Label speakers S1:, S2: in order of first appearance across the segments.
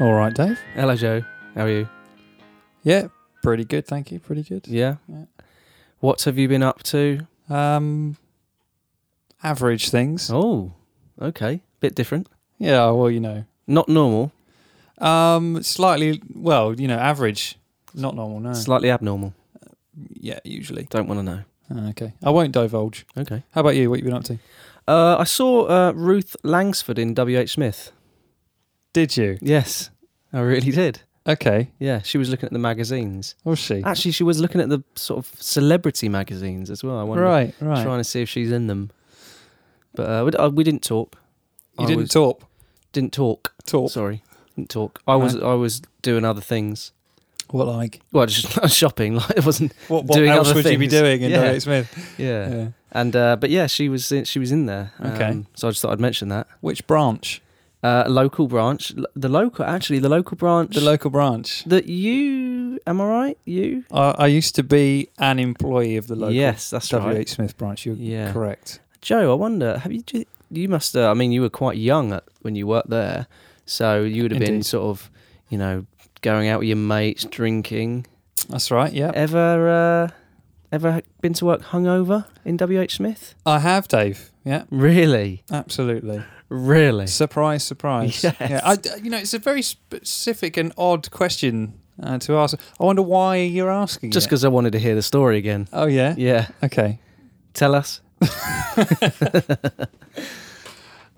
S1: All right, Dave.
S2: Hello, Joe. How are you?
S1: Yeah, pretty good. Thank you. Pretty good.
S2: Yeah.
S1: Yeah.
S2: What have you been up to?
S1: Um, average things.
S2: Oh, okay. Bit different.
S1: Yeah. Well, you know,
S2: Not normal.
S1: um, slightly. Well, you know, average. Not normal. No.
S2: Slightly abnormal.
S1: yeah, usually.
S2: Don't want to know.
S1: Ah, okay. I won't divulge.
S2: Okay.
S1: How about you? What you been up to?
S2: Uh, I saw uh, Ruth Langsford in W. H. Smith.
S1: Did you?
S2: Yes, I really did.
S1: Okay.
S2: Yeah, she was looking at the magazines.
S1: Was she?
S2: Actually, she was looking at the sort of celebrity magazines as well. I wonder,
S1: Right. Right.
S2: trying to see if she's in them. But uh, we, uh, we didn't talk.
S1: You
S2: I
S1: didn't
S2: was-
S1: talk.
S2: didn't talk.
S1: Talk.
S2: Sorry, didn't talk. I was I was doing other things.
S1: What like?
S2: Well, just shopping. Like it wasn't.
S1: What, what
S2: Doing
S1: else
S2: other
S1: would you be
S2: things.
S1: doing in
S2: Yeah.
S1: W.H. Smith?
S2: Yeah.
S1: Yeah.
S2: And uh, but yeah, she was in, she was in there. Um,
S1: Okay.
S2: So I just thought I'd mention that.
S1: Which branch?
S2: Uh, local branch. L- The local actually the local branch
S1: The local branch.
S2: that you am I right? You.
S1: I, I used to be an employee of the local
S2: Yes, that's
S1: W.H.
S2: right.
S1: Smith branch. You're
S2: Yeah.
S1: correct.
S2: Joe, I wonder have you do- you must uh, I mean you were quite young at, when you worked there, so you would have been
S1: Indeed.
S2: sort of you know going out with your mates, drinking.
S1: That's right. Yeah.
S2: Ever uh, ever been to work hungover in W H Smith?
S1: I have, Dave. Yeah,
S2: Really,
S1: absolutely.
S2: really.
S1: Surprise, surprise.
S2: Yes.
S1: Yeah, I, you know, it's a very specific and odd question uh, to ask. I wonder why you're asking.
S2: Just
S1: it.
S2: because I wanted to hear the story again.
S1: Oh yeah.
S2: Yeah,
S1: Okay.
S2: tell us.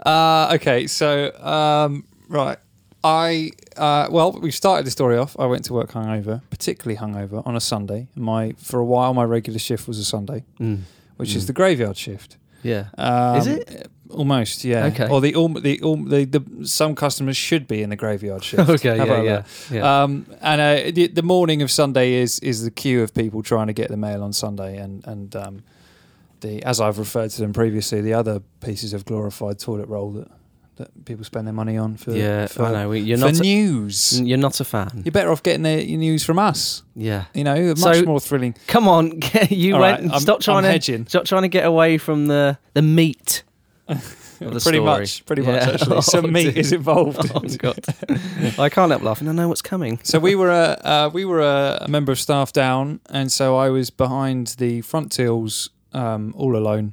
S1: Uh, okay. So um, right. I uh, well, we started the story off. I went to work hungover, particularly hungover, on a Sunday. My for a while, my regular shift was a Sunday,
S2: Mm.
S1: which
S2: Mm.
S1: is the graveyard shift.
S2: Yeah.
S1: Um,
S2: Is it?
S1: Almost, yeah.
S2: Okay.
S1: Or the, alm the, alm the, the some customers should be in the graveyard shift.
S2: Okay,
S1: How
S2: yeah,
S1: about
S2: yeah,
S1: that?
S2: yeah.
S1: Um, and uh, the, the morning of Sunday is is the queue of people trying to get the mail on Sunday, and and um, the as I've referred to them previously, the other pieces of glorified toilet roll that, that people spend their money on for
S2: yeah,
S1: for,
S2: I know. we- You're
S1: for
S2: not. A, Mm.
S1: news.
S2: you're not a fan.
S1: You're better off getting their, your news from us.
S2: Yeah.
S1: You know,
S2: So-
S1: much more thrilling.
S2: Come on, get, you
S1: All
S2: went.
S1: right, I'm-
S2: stop trying
S1: I'm
S2: to
S1: hedging.
S2: stop trying to get away from the the meat. of the
S1: pretty
S2: story.
S1: much, pretty much.
S2: Yeah.
S1: Actually,
S2: Oh,
S1: some meat
S2: dear.
S1: is involved.
S2: Oh God, I can't help laughing. I know what's coming.
S1: So we were a uh, we were a, a member of staff down, and so I was behind the front tills um, all alone,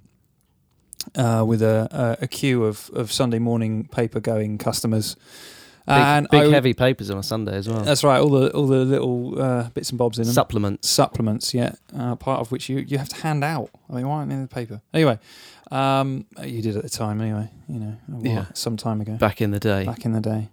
S1: uh, with a, a a queue of of Sunday morning paper going customers,
S2: Big,
S1: and
S2: big
S1: I,
S2: heavy papers on a Sunday as well.
S1: That's right, all the all the little uh, bits and bobs in them.
S2: Supplements.
S1: Supplements, yeah, uh, part of which you, you have to hand out. I mean, why aren't they in the paper? Anyway, um, you did at the time, anyway, you know, a while-
S2: Yeah.
S1: some time ago,
S2: Back in the day,
S1: back in the day.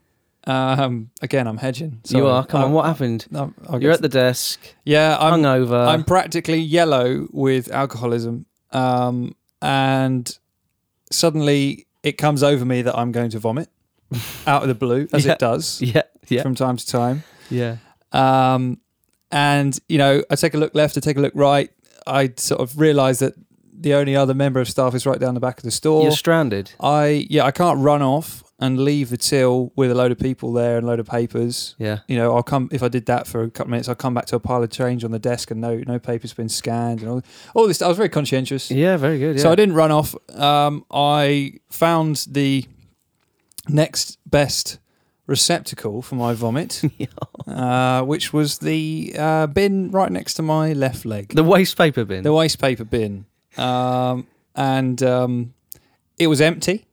S1: Um, again, I'm hedging.
S2: you
S1: sorry.
S2: are. Come
S1: I'm-
S2: on, what happened?
S1: No, I'll
S2: You're
S1: get
S2: at the desk,
S1: yeah, I'm
S2: hungover.
S1: I'm practically yellow with alcoholism, um, and suddenly it comes over me that I'm going to vomit out of the blue, as
S2: Yeah.
S1: it does
S2: yeah, yeah,
S1: from time to time.
S2: yeah.
S1: Um, and you know, I take a look left, I take a look right. I sort of realise that the only other member of staff is right down the back of the store.
S2: You're stranded.
S1: I yeah, I can't run off and leave the till with a load of people there and a load of papers
S2: Yeah,
S1: you know, I'll come if I did that for a couple of minutes. I'll come back to a pile of change on the desk, and no, no paper's been scanned, and all, all this. I was very conscientious,
S2: yeah. Very good. Yeah.
S1: so I didn't run off. Um, I found the next best receptacle for my vomit, uh, which was the uh, bin right next to my left leg,
S2: The waste paper bin.
S1: the waste paper bin, um, and um, it was empty,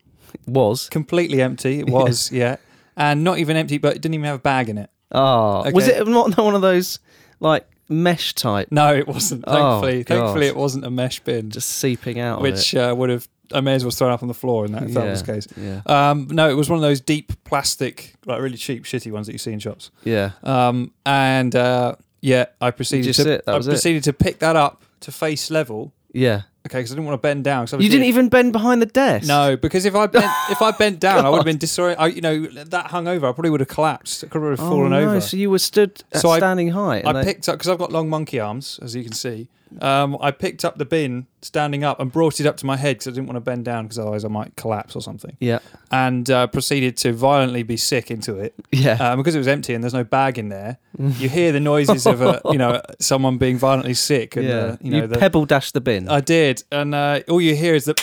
S2: was.
S1: completely empty. It was, yeah, and not even empty, but it didn't even have a bag in it.
S2: Oh,
S1: Okay.
S2: was it not one of those like mesh type
S1: No, it wasn't.
S2: Oh,
S1: Thankfully,
S2: God.
S1: thankfully, it wasn't a mesh bin,
S2: just seeping out? of
S1: which uh, would have I may as well thrown up on the floor in that, if that was
S2: Yeah.
S1: the case.
S2: it? yeah,
S1: Um, no, it was one of those deep plastic, like really cheap, shitty ones that you see in shops.
S2: yeah.
S1: Um, and uh, yeah, I proceeded
S2: Just
S1: to
S2: it, that
S1: I
S2: was it.
S1: proceeded to pick that up to face level.
S2: Yeah.
S1: Okay, because I didn't want to bend down. 'cause
S2: You
S1: obviously-
S2: didn't even bend behind the desk.
S1: No, because if I bent, if I bent down, I would have been disoriented. I, you know, that hungover, I probably would have collapsed. I could have
S2: Oh,
S1: fallen
S2: no,
S1: over.
S2: So you were stood at
S1: So I-
S2: standing height. and
S1: I
S2: they-
S1: picked up because I've got long monkey arms, as you can see. Um, I picked up the bin standing up and brought it up to my head because I didn't want to bend down because otherwise I might collapse or something.
S2: Yeah,
S1: And uh, proceeded to violently be sick into it
S2: yeah.
S1: um, because it was empty and there's no bag in there. you hear the noises of a, you know someone being violently sick and
S2: yeah.
S1: uh, you
S2: you
S1: know the,
S2: pebble dashed the bin. Oh,
S1: I did, and uh, all you hear is the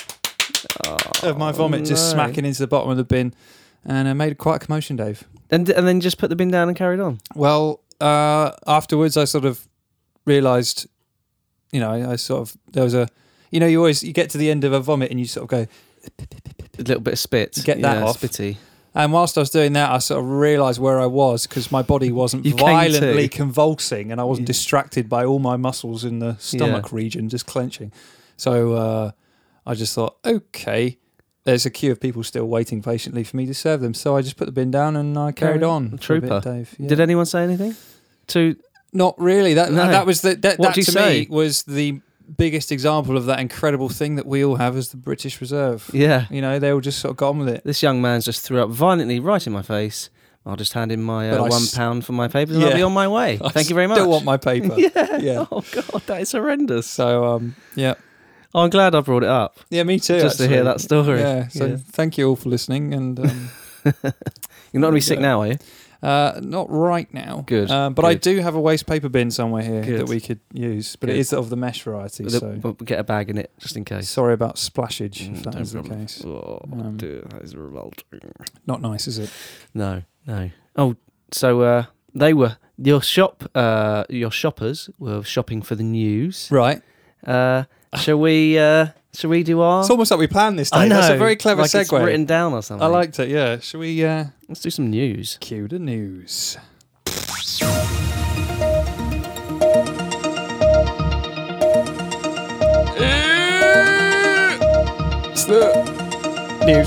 S1: of my vomit just
S2: no.
S1: smacking into the bottom of the bin. and uh, made quite a commotion, Dave.
S2: And and then just put the bin down and carried on.
S1: Well, uh, afterwards, I sort of realised, you know, I, I sort of there was a, you know, you always you get to the end of a vomit and you sort of go,
S2: A little bit of spit.
S1: Get that
S2: yeah,
S1: off.
S2: Spitty.
S1: and whilst I was doing that, I sort of realised where I was because my body wasn't
S2: You came
S1: violently
S2: to.
S1: convulsing and I wasn't
S2: Yeah.
S1: distracted by all my muscles in the stomach region just clenching. So uh, I just thought, okay. There's a queue of people still waiting patiently for me to serve them, so I just put the bin down and I carried
S2: Carried-
S1: on. for a bit,
S2: Trooper.
S1: Dave. Yeah.
S2: Did anyone say anything? To
S1: Not really. That
S2: No.
S1: that was the that, that
S2: What do
S1: to
S2: you say?
S1: me was the biggest example of that incredible thing that we all have as the British Reserve.
S2: yeah,
S1: You know, they all just sort of got on with it.
S2: this young man's just threw up violently right in my face. I'll just hand him my
S1: But
S2: uh,
S1: I
S2: one
S1: s-
S2: pound for my papers and I'll
S1: Yeah.
S2: be on my way.
S1: I
S2: Thank you very much.
S1: Still want my paper.
S2: yeah.
S1: Yeah.
S2: Oh god, that is horrendous.
S1: So um, yeah,
S2: Oh, I'm glad I brought it up
S1: yeah, me too.
S2: just to hear that
S1: actually.
S2: story.
S1: Yeah. So
S2: Yeah.
S1: thank you all for listening, and um,
S2: You're not gonna be sick
S1: Yeah.
S2: now, are you?
S1: uh, not right now.
S2: Good,
S1: Um, but I
S2: good.
S1: do have a waste paper bin somewhere here
S2: Good.
S1: that we could use, but
S2: Good.
S1: it is of the mesh variety.
S2: We'll-
S1: So
S2: we'll get a bag in it just in case.
S1: sorry about splashage
S2: Mm,
S1: if that
S2: no
S1: is the
S2: problem.
S1: case.
S2: Oh,
S1: Um,
S2: dear, that is revolting.
S1: Not nice, is it?
S2: No, no. Oh, so uh, they were your shop. Uh, your shoppers were shopping for the news.
S1: Right.
S2: Uh, shall we? Uh, shall we do our?
S1: It's almost like we planned this. Dave. That's a very clever
S2: like
S1: segue.
S2: It's written down or
S1: I
S2: something.
S1: liked it. Yeah. Should we uh,
S2: Let's do some news.
S1: cue the news? It's the news.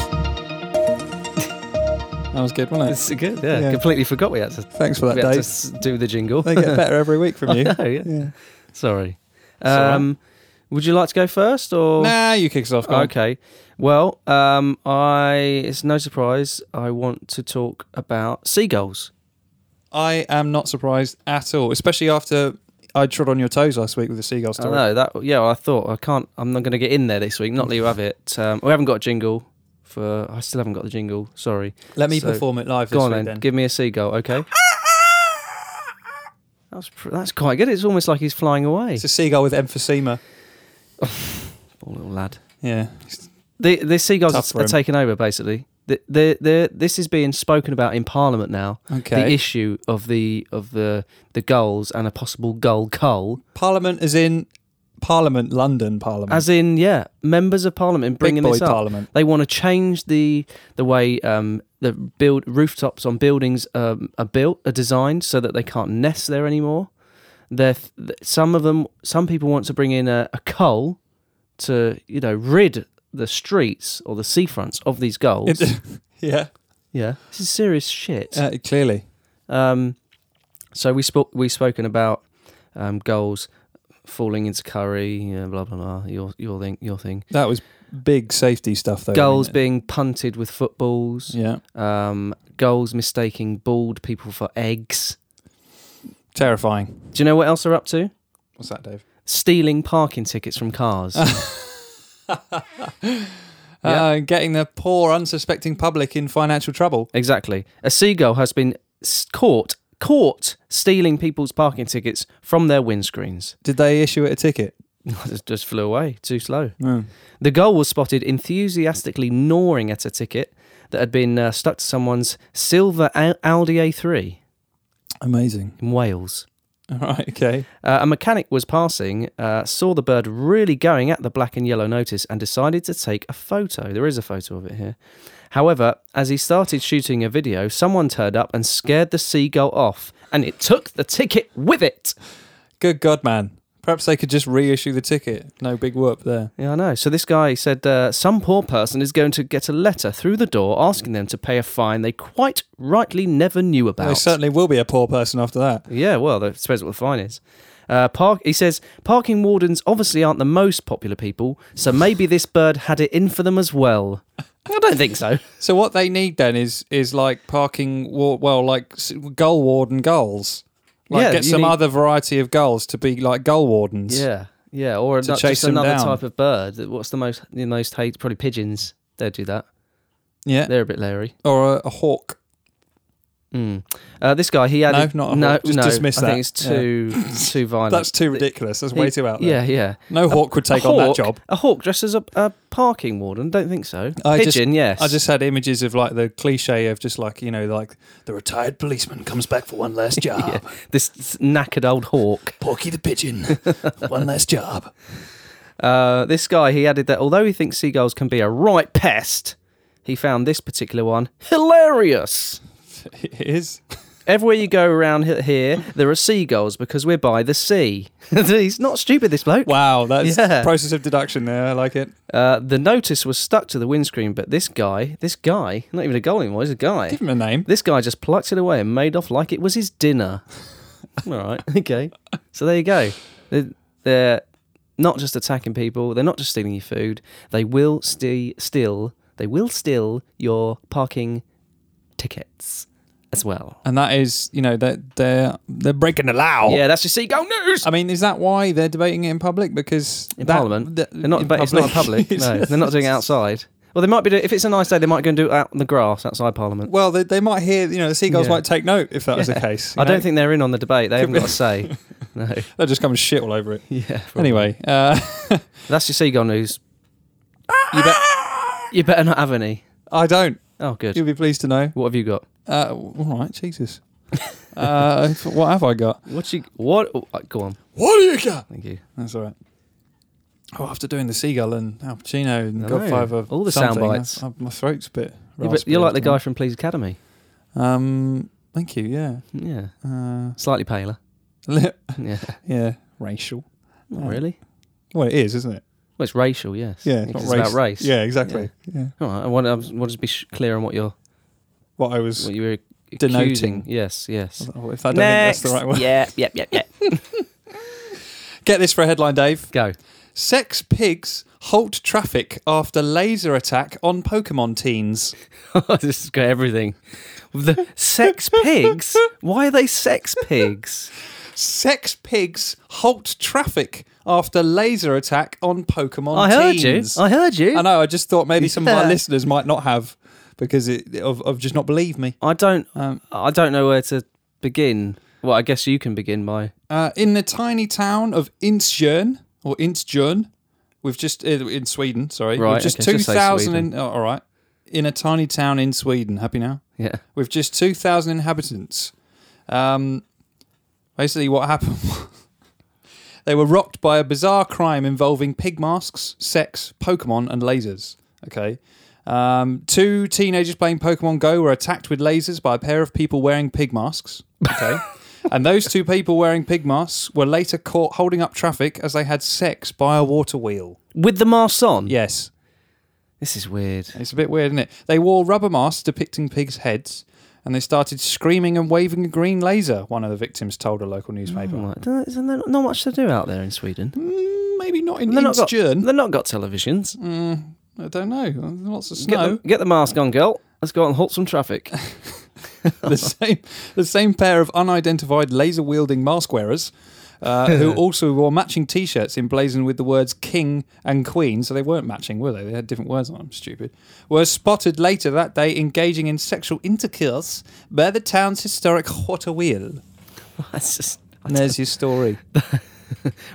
S1: that was good, wasn't it?
S2: It's good. Yeah,
S1: Yeah.
S2: completely forgot we had to.
S1: Thanks for that,
S2: we had to
S1: Dave.
S2: s- do the jingle.
S1: They get better every week from you.
S2: I know, yeah.
S1: Yeah.
S2: Sorry.
S1: all right.
S2: Um, Would you like to go first or?
S1: Nah, you kick us off. go on.
S2: Okay. Well, um, I it's no surprise I want to talk about seagulls.
S1: I am not surprised at all, especially after I trod on your toes last week with the seagull
S2: I
S1: story.
S2: know that. Yeah, I thought I can't. I'm not going to get in there this week. Not let you have it. Um, we haven't got a jingle for. I still haven't got the jingle. Sorry.
S1: Let me
S2: So-
S1: perform it live
S2: Go
S1: this
S2: on
S1: week
S2: then.
S1: then.
S2: Give me a seagull. Okay. That's pr- that's quite good. It's almost like he's flying away.
S1: It's a seagull with emphysema.
S2: Poor little lad.
S1: Yeah.
S2: The the seagulls
S1: Tough
S2: are-
S1: for
S2: are,
S1: him.
S2: taking over basically. The, the, the, this is being spoken about in Parliament now.
S1: Okay.
S2: The issue of the of the the gulls and a possible gull cull,
S1: Parliament is in Parliament, London Parliament.
S2: as in yeah, members of Parliament bringing
S1: Big boy
S2: this up.
S1: Parliament.
S2: They want to change the the way um, the build rooftops on buildings um, are built are designed so that they can't nest there anymore. They're th- th- some of them, some people want to bring in a, a cull to you know rid the streets or the seafronts of these gulls.
S1: yeah,
S2: yeah, this is serious shit.
S1: uh, clearly.
S2: Um, so we spoke we spoken about um, goals falling into curry, you know, blah blah blah. Your your thing, your thing.
S1: That was big safety stuff, though.
S2: Goals
S1: wasn't
S2: being punted with footballs.
S1: it? Yeah.
S2: Um, goals mistaking bald people for eggs.
S1: Terrifying.
S2: Do you know what else they're up to?
S1: What's that, Dave?
S2: Stealing parking tickets from cars.
S1: Uh, getting the poor, unsuspecting public in financial trouble.
S2: exactly. A seagull has been s- caught caught stealing people's parking tickets from their windscreens.
S1: Did they issue it a ticket?
S2: just, just flew away. Too slow.
S1: No.
S2: The gull was spotted enthusiastically gnawing at a ticket that had been uh, stuck to someone's silver Au- Audi A3
S1: Amazing.
S2: in Wales.
S1: All right. Okay.
S2: Uh, a mechanic was passing, uh, saw the bird really going at the black and yellow notice, and decided to take a photo. There is a photo of it here. However, as he started shooting a video, someone turned up and scared the seagull off, and it took the ticket with it.
S1: Good God, man. Perhaps they could just reissue the ticket. No big whoop there.
S2: Yeah, I know. So this guy said uh, some poor person is going to get a letter through the door asking them to pay a fine they quite rightly never knew about.
S1: They certainly will be a poor person after that.
S2: yeah, well, I suppose what the fine is. Uh, park. He says parking wardens obviously aren't the most popular people, so maybe this bird had it in for them as well. I don't think so.
S1: So what they need then is is like parking wa- well like s- gull warden gulls. Like
S2: Yeah,
S1: get
S2: you
S1: some
S2: need-
S1: other variety of gulls to be like gull wardens.
S2: Yeah, yeah, or
S1: To
S2: not,
S1: chase
S2: just
S1: them
S2: another
S1: down.
S2: type of bird. What's the most the most hate? Probably pigeons. They do that.
S1: Yeah.
S2: They're a bit leery.
S1: Or a, a hawk.
S2: Mm. Uh, this guy, he added
S1: No, not a
S2: no,
S1: hawk. Just
S2: no,
S1: dismiss
S2: I
S1: that.
S2: think it's too too violent.
S1: That's too ridiculous. That's way
S2: He-
S1: too out there.
S2: Yeah, yeah.
S1: No hawk would take
S2: a
S1: on that
S2: hawk?
S1: job.
S2: A hawk dressed as a, a parking warden? Don't think so.
S1: I just-
S2: Pigeon, yes.
S1: I just had images of like the cliche of just like, you know, like the retired policeman comes back for one last job.
S2: Yeah. this knackered old hawk.
S1: Porky the pigeon, one last job.
S2: Uh, this guy, he added that although he thinks seagulls can be a right pest, he found this particular one hilarious.
S1: It is.
S2: Everywhere you go around he- here, there are seagulls because we're by the sea. He's not stupid, this bloke.
S1: Wow, that's
S2: Yeah.
S1: process of deduction there. I like it.
S2: Uh, the notice was stuck to the windscreen, but this guy, this guy, not even a goal anymore, he's a guy.
S1: Give him a name.
S2: This guy just plucked it away and made off like it was his dinner. All right, okay. So there you go. They're, they're not just attacking people. They're not just stealing your food. They will sti- steal. They will steal your parking tickets as well.
S1: And that is, you know, they're they're, they're breaking the law.
S2: Yeah, that's your seagull news.
S1: I mean, is that why they're debating it in public? Because
S2: in
S1: that-
S2: Parliament.
S1: that-
S2: they're not, but it's not in public. no, they're not doing it outside. Well, they might be. Doing, if it's a nice day, they might go and do it out on the grass outside Parliament.
S1: Well, they, they might hear. You know, the seagulls
S2: Yeah.
S1: might take note if that was the case. you
S2: I
S1: know?
S2: don't think they're in on the debate. They haven't got a say. No.
S1: they'll just come and shit all over it.
S2: Yeah.
S1: Anyway, uh,
S2: That's your seagull news. You, bet you better not have any.
S1: I don't.
S2: Oh, good.
S1: You'll be pleased to know.
S2: What have you got?
S1: Uh, all right, Jesus. uh, what have I got?
S2: What you? What? oh, uh, go on.
S1: What do you got?
S2: Thank you.
S1: That's all right. Oh, after doing the seagull and Al Pacino and
S2: I know.
S1: Godfather,
S2: All the
S1: something,
S2: sound bites.
S1: I- I- my throat's a bit.
S2: You bet-
S1: raspy
S2: You're like the guy
S1: after
S2: from Please Academy.
S1: that. Um, thank you. Yeah.
S2: Yeah.
S1: Uh,
S2: Slightly paler. Yeah.
S1: yeah. Racial.
S2: Not really.
S1: Well, it is, isn't it?
S2: Well, it's racial. Yes.
S1: Yeah.
S2: It's,
S1: not
S2: about race.
S1: Yeah, exactly. Yeah.
S2: All right. I want. I want to be sh- clear on what you're.
S1: What I was.
S2: What you were
S1: Denoting.
S2: accusing. Yes. Yes.
S1: oh, if I don't think that's the right one.
S2: Yeah, yeah, yeah, yeah.
S1: Get this for a headline, Dave.
S2: Go.
S1: Sex pigs halt traffic after laser attack on Pokemon teens.
S2: this has got everything. The sex pigs? Why are they sex pigs?
S1: Sex pigs halt traffic after laser attack on Pokemon
S2: I heard you.
S1: teens.
S2: I heard you.
S1: I know. I just thought maybe some of our
S2: Yeah.
S1: listeners might not have because it, of, of just not believe me.
S2: I don't.
S1: Um,
S2: I don't know where to begin. Well, I guess you can begin by.
S1: Uh, in the tiny town of Instjörn or Instjörn, we've just uh, in Sweden. Sorry,
S2: Right,
S1: We've just
S2: okay,
S1: two
S2: just say
S1: thousand.
S2: Sweden.
S1: and oh, all right, in a tiny town in Sweden. Happy now?
S2: Yeah.
S1: with just 2,000 inhabitants. Um, basically, what happened was they were rocked by a bizarre crime involving pig masks, sex, Pokemon, and lasers. Okay. Um, two teenagers playing Pokemon Go were attacked with lasers by a pair of people wearing pig masks. Okay. and those two people wearing pig masks were later caught holding up traffic as they had sex by a water wheel.
S2: With the masks on.
S1: Yes.
S2: This is weird.
S1: It's a bit weird, isn't it? They wore rubber masks depicting pigs' heads, and they started screaming and waving a green laser. One of the victims told a local newspaper.
S2: All right. Don't- Isn't there not much to do out there in Sweden?
S1: Mm, maybe not in
S2: They've not, got,
S1: Instjern.
S2: they've not got televisions.
S1: Mm, I don't know. There's lots of
S2: Get,
S1: snow.
S2: the, get the mask on, girl. Let's go out and halt some traffic.
S1: the same, the same pair of unidentified laser-wielding mask wearers. Uh, who also wore matching T-shirts emblazoned with the words "King" and "Queen," so they weren't matching, were they? They had different words on them. Stupid. Were spotted later that day engaging in sexual intercourse by the town's historic water wheel.
S2: That's just. I
S1: And there's your story.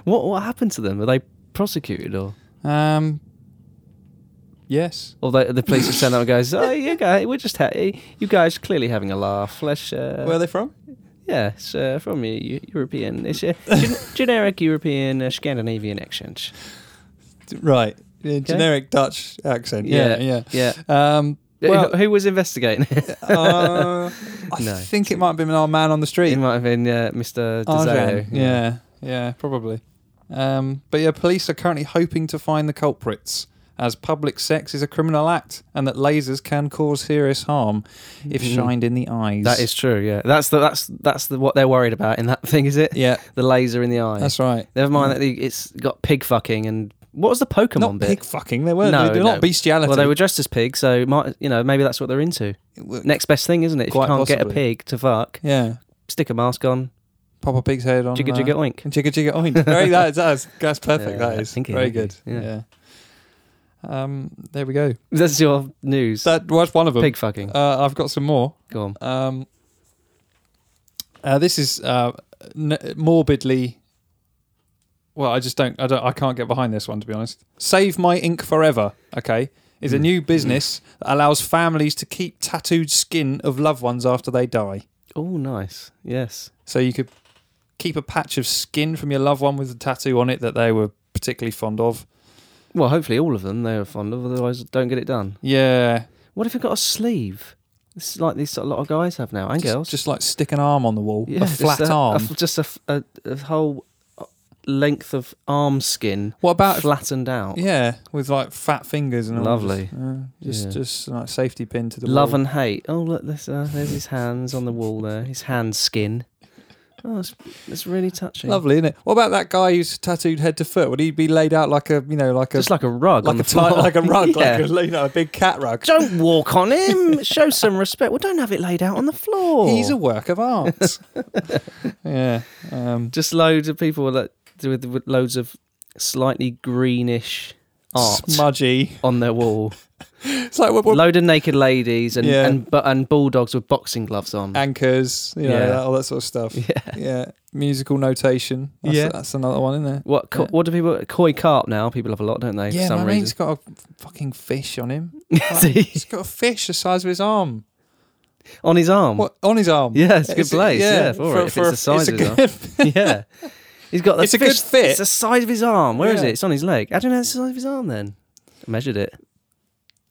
S2: What what happened to them? Were they prosecuted or
S1: Um. Yes.
S2: or they, the police just send out and goes, oh, you guys, we're just ha- you guys clearly having a laugh. Let's uh,
S1: Where are they from?
S2: yeah, it's uh, from a Eu- European, it's a gen- generic European uh, Scandinavian accent.
S1: Right.
S2: generic
S1: Dutch accent.
S2: yeah.
S1: Um.
S2: Well,
S1: Well,
S2: who, who was investigating? it?
S1: uh, I
S2: No.
S1: think it might have been our man on the street.
S2: it might have been uh, Mr.
S1: Arjan.
S2: Desire.
S1: Yeah. Yeah. Probably. Um. But yeah, police are currently hoping to find the culprits. As public sex is a criminal act, and that lasers can cause serious harm if
S2: Mhm.
S1: shined in the eyes.
S2: That is true. Yeah, that's the that's that's the, what they're worried about in that thing, is it?
S1: yeah,
S2: The laser in the eye.
S1: that's right.
S2: Never mind that the- it's got pig fucking and what was the Pokemon
S1: Not
S2: bit?
S1: pig fucking. They weren't.
S2: No,
S1: they're
S2: no.
S1: not bestiality.
S2: Well, they were dressed as pigs, so might you know maybe that's what they're into. Next best thing, isn't it? If
S1: Quite
S2: you can't get a
S1: possibly.
S2: pig to fuck,
S1: yeah.
S2: stick a mask on,
S1: Pop a pig's head on.
S2: jigga
S1: uh,
S2: jigga oink.
S1: And Jigga jigga oink. Very that's that's, that's perfect.
S2: Yeah,
S1: that is
S2: thank you,
S1: very
S2: thank
S1: good.
S2: you.
S1: Yeah. Um, there we go.
S2: That's your news.
S1: That was one of them.
S2: Pig fucking.
S1: Uh, I've got some more.
S2: Go on.
S1: Um, Uh, this is uh, n- morbidly. Well, I just don't. I don't. I can't get behind this one to be honest. Save my ink forever. Okay, is
S2: Hmm.
S1: a new business that allows families to keep tattooed skin of loved ones after they die.
S2: Oh, nice. Yes.
S1: So you could keep a patch of skin from your loved one with a tattoo on it that they were particularly fond of.
S2: Well, hopefully all of them they are fond of. Otherwise, don't get it done.
S1: Yeah,
S2: What if it got a sleeve? This is like these a lot of guys have now and
S1: just,
S2: girls.
S1: just like stick an arm on the wall,
S2: Yeah,
S1: a
S2: just
S1: flat
S2: a- a
S1: arm.
S2: f- just a, f- a- a whole uh, length of arm skin
S1: what about
S2: flattened out.
S1: yeah, with like fat fingers and all.
S2: Lovely.
S1: Just, uh, just,
S2: Yeah.
S1: just like safety pin to the
S2: Love
S1: wall.
S2: and hate. Oh, look, there's, uh, there's his hands on the wall there. His hand skin. Oh, it's, it's really touching.
S1: Lovely, isn't it? What about that guy who's tattooed head to foot? Would he be laid out like a you know like a
S2: Just like a rug.
S1: like
S2: on
S1: a
S2: the
S1: ti-
S2: floor.
S1: like a rug,
S2: Yeah.
S1: like a you know a big cat rug?
S2: Don't walk on him. Show some respect. Well, don't have it laid out on the floor.
S1: He's a work of art. yeah. Um,
S2: just loads of people that do with, with loads of slightly greenish art
S1: smudgy.
S2: on their wall.
S1: It's like what, what
S2: Load of naked ladies and
S1: Yeah.
S2: and, bu- and bulldogs with boxing gloves on.
S1: anchors, you know,
S2: Mm. Yeah.
S1: that- all that sort of stuff. Yeah.
S2: yeah.
S1: Musical notation. That's,
S2: Yeah.
S1: That's another one, isn't there?
S2: What co-
S1: Yeah.
S2: what do people koi carp now? People have a lot, don't they?
S1: Yeah,
S2: for some
S1: my mate's
S2: reason.
S1: got a f- fucking fish on him.
S2: See?
S1: He's got a fish the size of his arm.
S2: on his arm.
S1: What on his arm?
S2: Mm. Yeah, it's a good
S1: Is it-
S2: place. Yeah, for, it. If it's the size
S1: a
S2: of his arm.
S1: good-
S2: yeah. He's got the
S1: It's a
S2: fish-
S1: good fit.
S2: It's the size of his arm. Where is
S1: Yeah.
S2: it? It's on his leg. I don't know. It's the size of his arm. Then I measured it.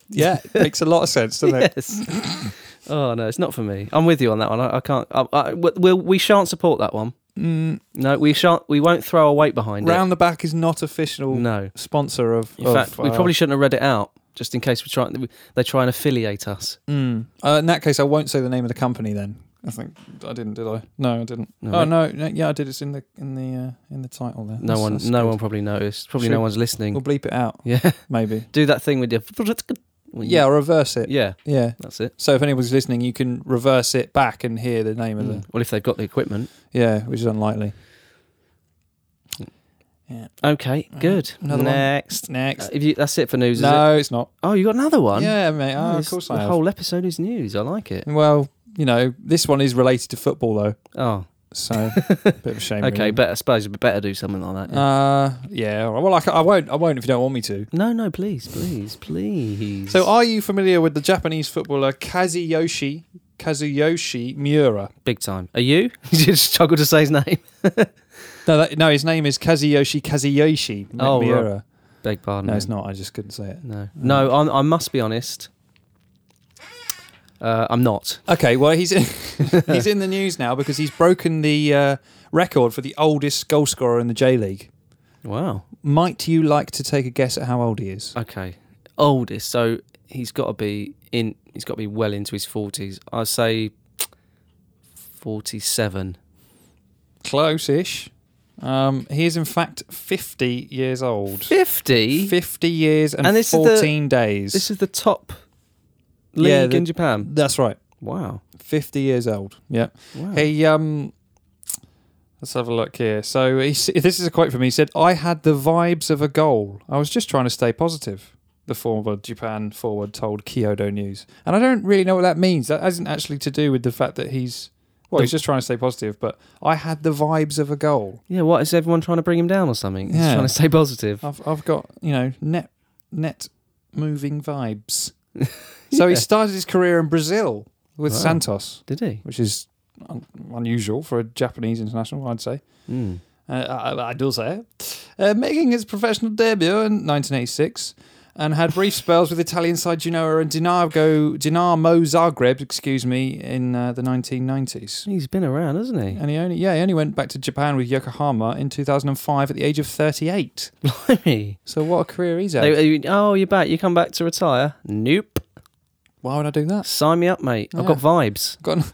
S1: yeah, it makes a lot of sense, doesn't it?
S2: Yes. oh no, it's not for me. I'm with you on that one. I, I can't. I, I, we- we'll, we shan't support that one.
S1: Mm,
S2: No, we shan't. We won't throw our weight behind
S1: round the back is not official
S2: it. No.
S1: sponsor of.
S2: In
S1: of,
S2: fact, we
S1: uh,
S2: probably shouldn't have read it out, just in case we try. They try and affiliate us.
S1: Mm. Uh, in that case, I won't say the name of the company. Then I think I didn't, did I? No, I didn't.
S2: No,
S1: oh
S2: right.
S1: no, no, yeah, I did. It's in the in the uh, in the title there.
S2: No
S1: That's-
S2: one.
S1: that's
S2: No
S1: good.
S2: one probably noticed. Probably
S1: Should-
S2: no one's listening.
S1: We'll bleep it out,
S2: yeah.
S1: maybe.
S2: Do that thing with your. when you-
S1: Yeah, or reverse it.
S2: Yeah.
S1: Yeah.
S2: That's it.
S1: So if anyone's listening, you can reverse it back and hear the name of the
S2: Mm. Well, if they've got the equipment.
S1: yeah, which is unlikely.
S2: Okay. Good.
S1: Another one.
S2: Next.
S1: Next,
S2: Uh, if you, that's it for news. Is it?
S1: no, it's not.
S2: Oh, you got another one.
S1: Yeah, mate.
S2: Oh,
S1: Oh, of
S2: this-
S1: course
S2: the
S1: I have.
S2: whole episode is news. I like it.
S1: Well, you know, this one is related to football though,
S2: Oh,
S1: so bit of a shame.
S2: okay.
S1: really.
S2: But I suppose we better do something like that. yeah.
S1: uh, yeah. all right. Well, I, ca- I won't. I won't if you don't want me to.
S2: no, no, please, please, please.
S1: So, are you familiar with the Japanese footballer Kazuyoshi Kazuyoshi Miura?
S2: big time. Are you? you just struggle to say his name.
S1: No, that, no, his name is Kazuyoshi Kazuyoshi Mi-
S2: Oh, right. Mm.
S1: Miura.
S2: Beg pardon.
S1: No,
S2: man.
S1: it's not. I just couldn't say it.
S2: No, no. I'm, I must be honest. Uh, I'm not.
S1: Okay, well, he's he's in the news now because he's broken the uh, record for the oldest goal scorer in the J League.
S2: Wow.
S1: Might you like to take a guess at how old he is?
S2: Okay. Oldest. So he's got to be in. He's got to be well into his forties. I say forty-seven.
S1: Close-ish. Um, he is in fact fifty years old.
S2: Fifty.
S1: Fifty years and,
S2: And this is the-
S1: fourteen days.
S2: This is the top league
S1: Yeah, the-
S2: in Japan.
S1: That's right.
S2: Wow.
S1: Fifty years old. Yeah.
S2: Wow.
S1: He um let's have a look here. So he s- this is a quote from him. He said, "I had the vibes of a goal. I was just trying to stay positive." The former Japan forward told Kyoto News, and I don't really know what that means. That isn't actually to do with the fact that he's well, he's just trying to stay positive. But I had the vibes of a goal.
S2: Yeah, what is everyone trying to bring him down or something? He's
S1: Yeah.
S2: trying to stay positive.
S1: I've I've got you know net net moving vibes. So he
S2: Yeah.
S1: started his career in Brazil with
S2: Wow.
S1: Santos,
S2: Did he?
S1: which is un- unusual for a Japanese international, I'd say.
S2: Mm.
S1: Uh, I, I do say it. Uh, making his professional debut in 1986 and had brief spells with Italian side Genoa and Dinamo, Dinamo Zagreb, excuse me, in uh, the 1990s.
S2: He's been around, hasn't he?
S1: And he only, yeah, he only went back to Japan with Yokohama in 2005 at the age of 38.
S2: Blimey.
S1: So what a career he's had.
S2: They- they- oh, you're back. You come back to retire? Nope.
S1: Why would I do that?
S2: Sign me up, mate. I've
S1: Yeah.
S2: got vibes.
S1: I've got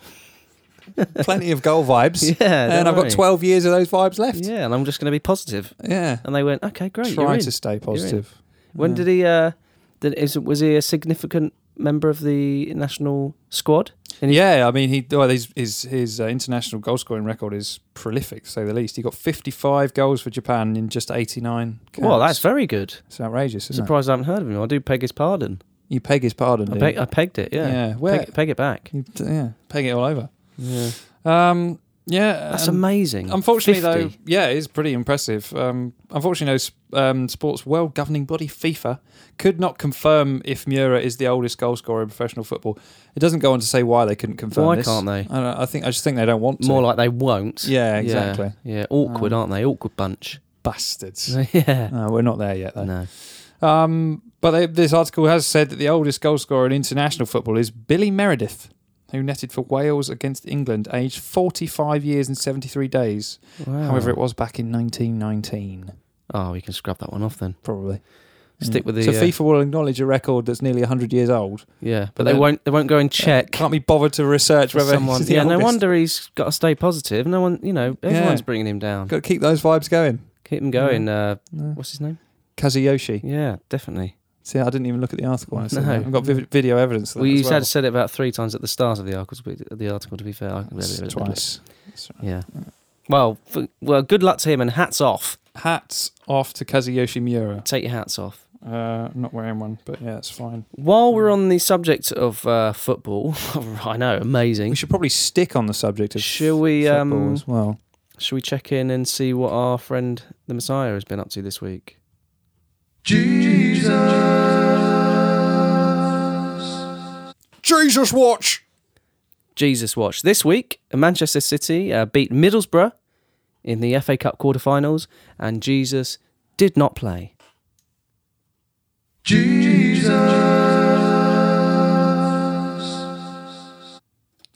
S1: plenty of goal vibes,
S2: Yeah.
S1: and
S2: don't
S1: I've
S2: worry.
S1: got 12 years of those vibes left. Yeah,
S2: Yeah, and I'm just going to be positive. And they went, okay, great. you're
S1: try
S2: in."
S1: to stay positive.
S2: When did he? Uh, did, is, was he a significant member of the national squad? And he-
S1: yeah, I mean, he well, his his, his uh, international goal scoring record is prolific, to say the least. He got 55 goals for Japan in just 89. Caps.
S2: Well, that's very good.
S1: it's outrageous, isn't
S2: Surprised I haven't heard of him. I do peg his pardon.
S1: it? You peg his pardon,
S2: I,
S1: do
S2: peg,
S1: you?
S2: I pegged it. Yeah.
S1: yeah. Where?
S2: Peg, peg it back.
S1: you, yeah, peg it all over.
S2: Yeah.
S1: Um, Yeah,
S2: That's
S1: and
S2: amazing.
S1: Unfortunately,
S2: 50.
S1: though, yeah, it's pretty impressive. Um, unfortunately, no, s- um, sports world governing body FIFA could not confirm if Mura is the oldest goal scorer in professional football. It doesn't go on to say why they couldn't confirm.
S2: Why
S1: this.
S2: can't they?
S1: I, don't, I think I just think they don't want to.
S2: more like they won't.
S1: yeah, exactly.
S2: Yeah, awkward,
S1: Um,
S2: aren't they? Awkward bunch.
S1: Bastards.
S2: yeah.
S1: No, we're not there yet, though.
S2: No.
S1: Um, but they, this article has said that the oldest goal scorer in international football is Billy Meredith, who netted for Wales against England, aged 45 years and 73 days.
S2: Wow.
S1: However, it was back in 1919,
S2: Oh, we can scrub that one off then.
S1: probably. Mm.
S2: Stick with the,
S1: So
S2: uh,
S1: FIFA will acknowledge a record that's nearly 100 years old.
S2: Yeah, but,
S1: But
S2: they
S1: then-
S2: won't. They won't go and check.
S1: Can't be bothered to research
S2: for
S1: whether
S2: someone.
S1: he's the
S2: Yeah, no
S1: oldest.
S2: wonder he's got to stay positive. No one, you know, everyone's
S1: Yeah.
S2: bringing him down.
S1: Got to keep those vibes going.
S2: Keep him going. Uh,
S1: No.
S2: what's his name?
S1: Kazuyoshi.
S2: Yeah, definitely.
S1: See, I didn't even look at the article. I said
S2: No.
S1: that. I've got vi- video evidence. Of that
S2: we
S1: as
S2: used
S1: well.
S2: had said it about three times at the start of the article. To be, the article, to be fair, I-
S1: That's twice. That's right.
S2: Yeah. Well, f- well, good luck to him and hats off.
S1: Hats off to Kazuyoshi Miura.
S2: Take your hats off.
S1: Uh, I'm not wearing one, but yeah, it's fine.
S2: While we're on the subject of uh, football, I know,
S1: We
S2: amazing.
S1: should probably stick on the subject of
S2: Shall we,
S1: football
S2: um,
S1: as well.
S2: Shall we check in and see what our friend the Messiah has been up to this week?
S1: Jesus watch.
S2: Jesus watch. This week, Manchester City uh, beat Middlesbrough in the FA Cup quarterfinals, and Jesus did not play.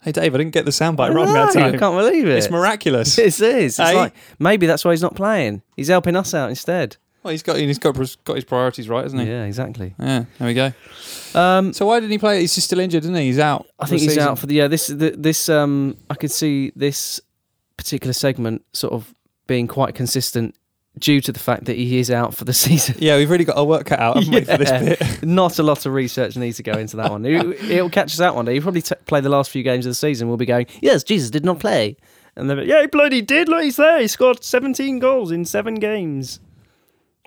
S1: Hey Dave, I didn't get the soundbite right
S2: No,
S1: that
S2: I
S1: time.
S2: can't believe it.
S1: It's miraculous.
S2: It is. It's
S1: Hey?
S2: like maybe that's why he's not playing. He's helping us out instead.
S1: well, he's got he's got got his priorities right, hasn't he?
S2: Yeah, exactly.
S1: Yeah, there we go.
S2: Um,
S1: So why didn't he play? He's just still injured, isn't he? He's out. for
S2: I think
S1: the
S2: he's
S1: season.
S2: out for the yeah. This th this um I could see this particular segment sort of being quite consistent due to the fact that he is out for the season.
S1: Yeah, we've really got our work cut out, haven't we, for this
S2: Yeah.
S1: bit?
S2: Not a lot of research needs to go into that one. It- It'll catch us out one day. You probably t- play the last few games of the season. We'll be going, yes, Jesus did not play, and then yeah, he bloody did. Look, he's there. He scored seventeen goals in seven games,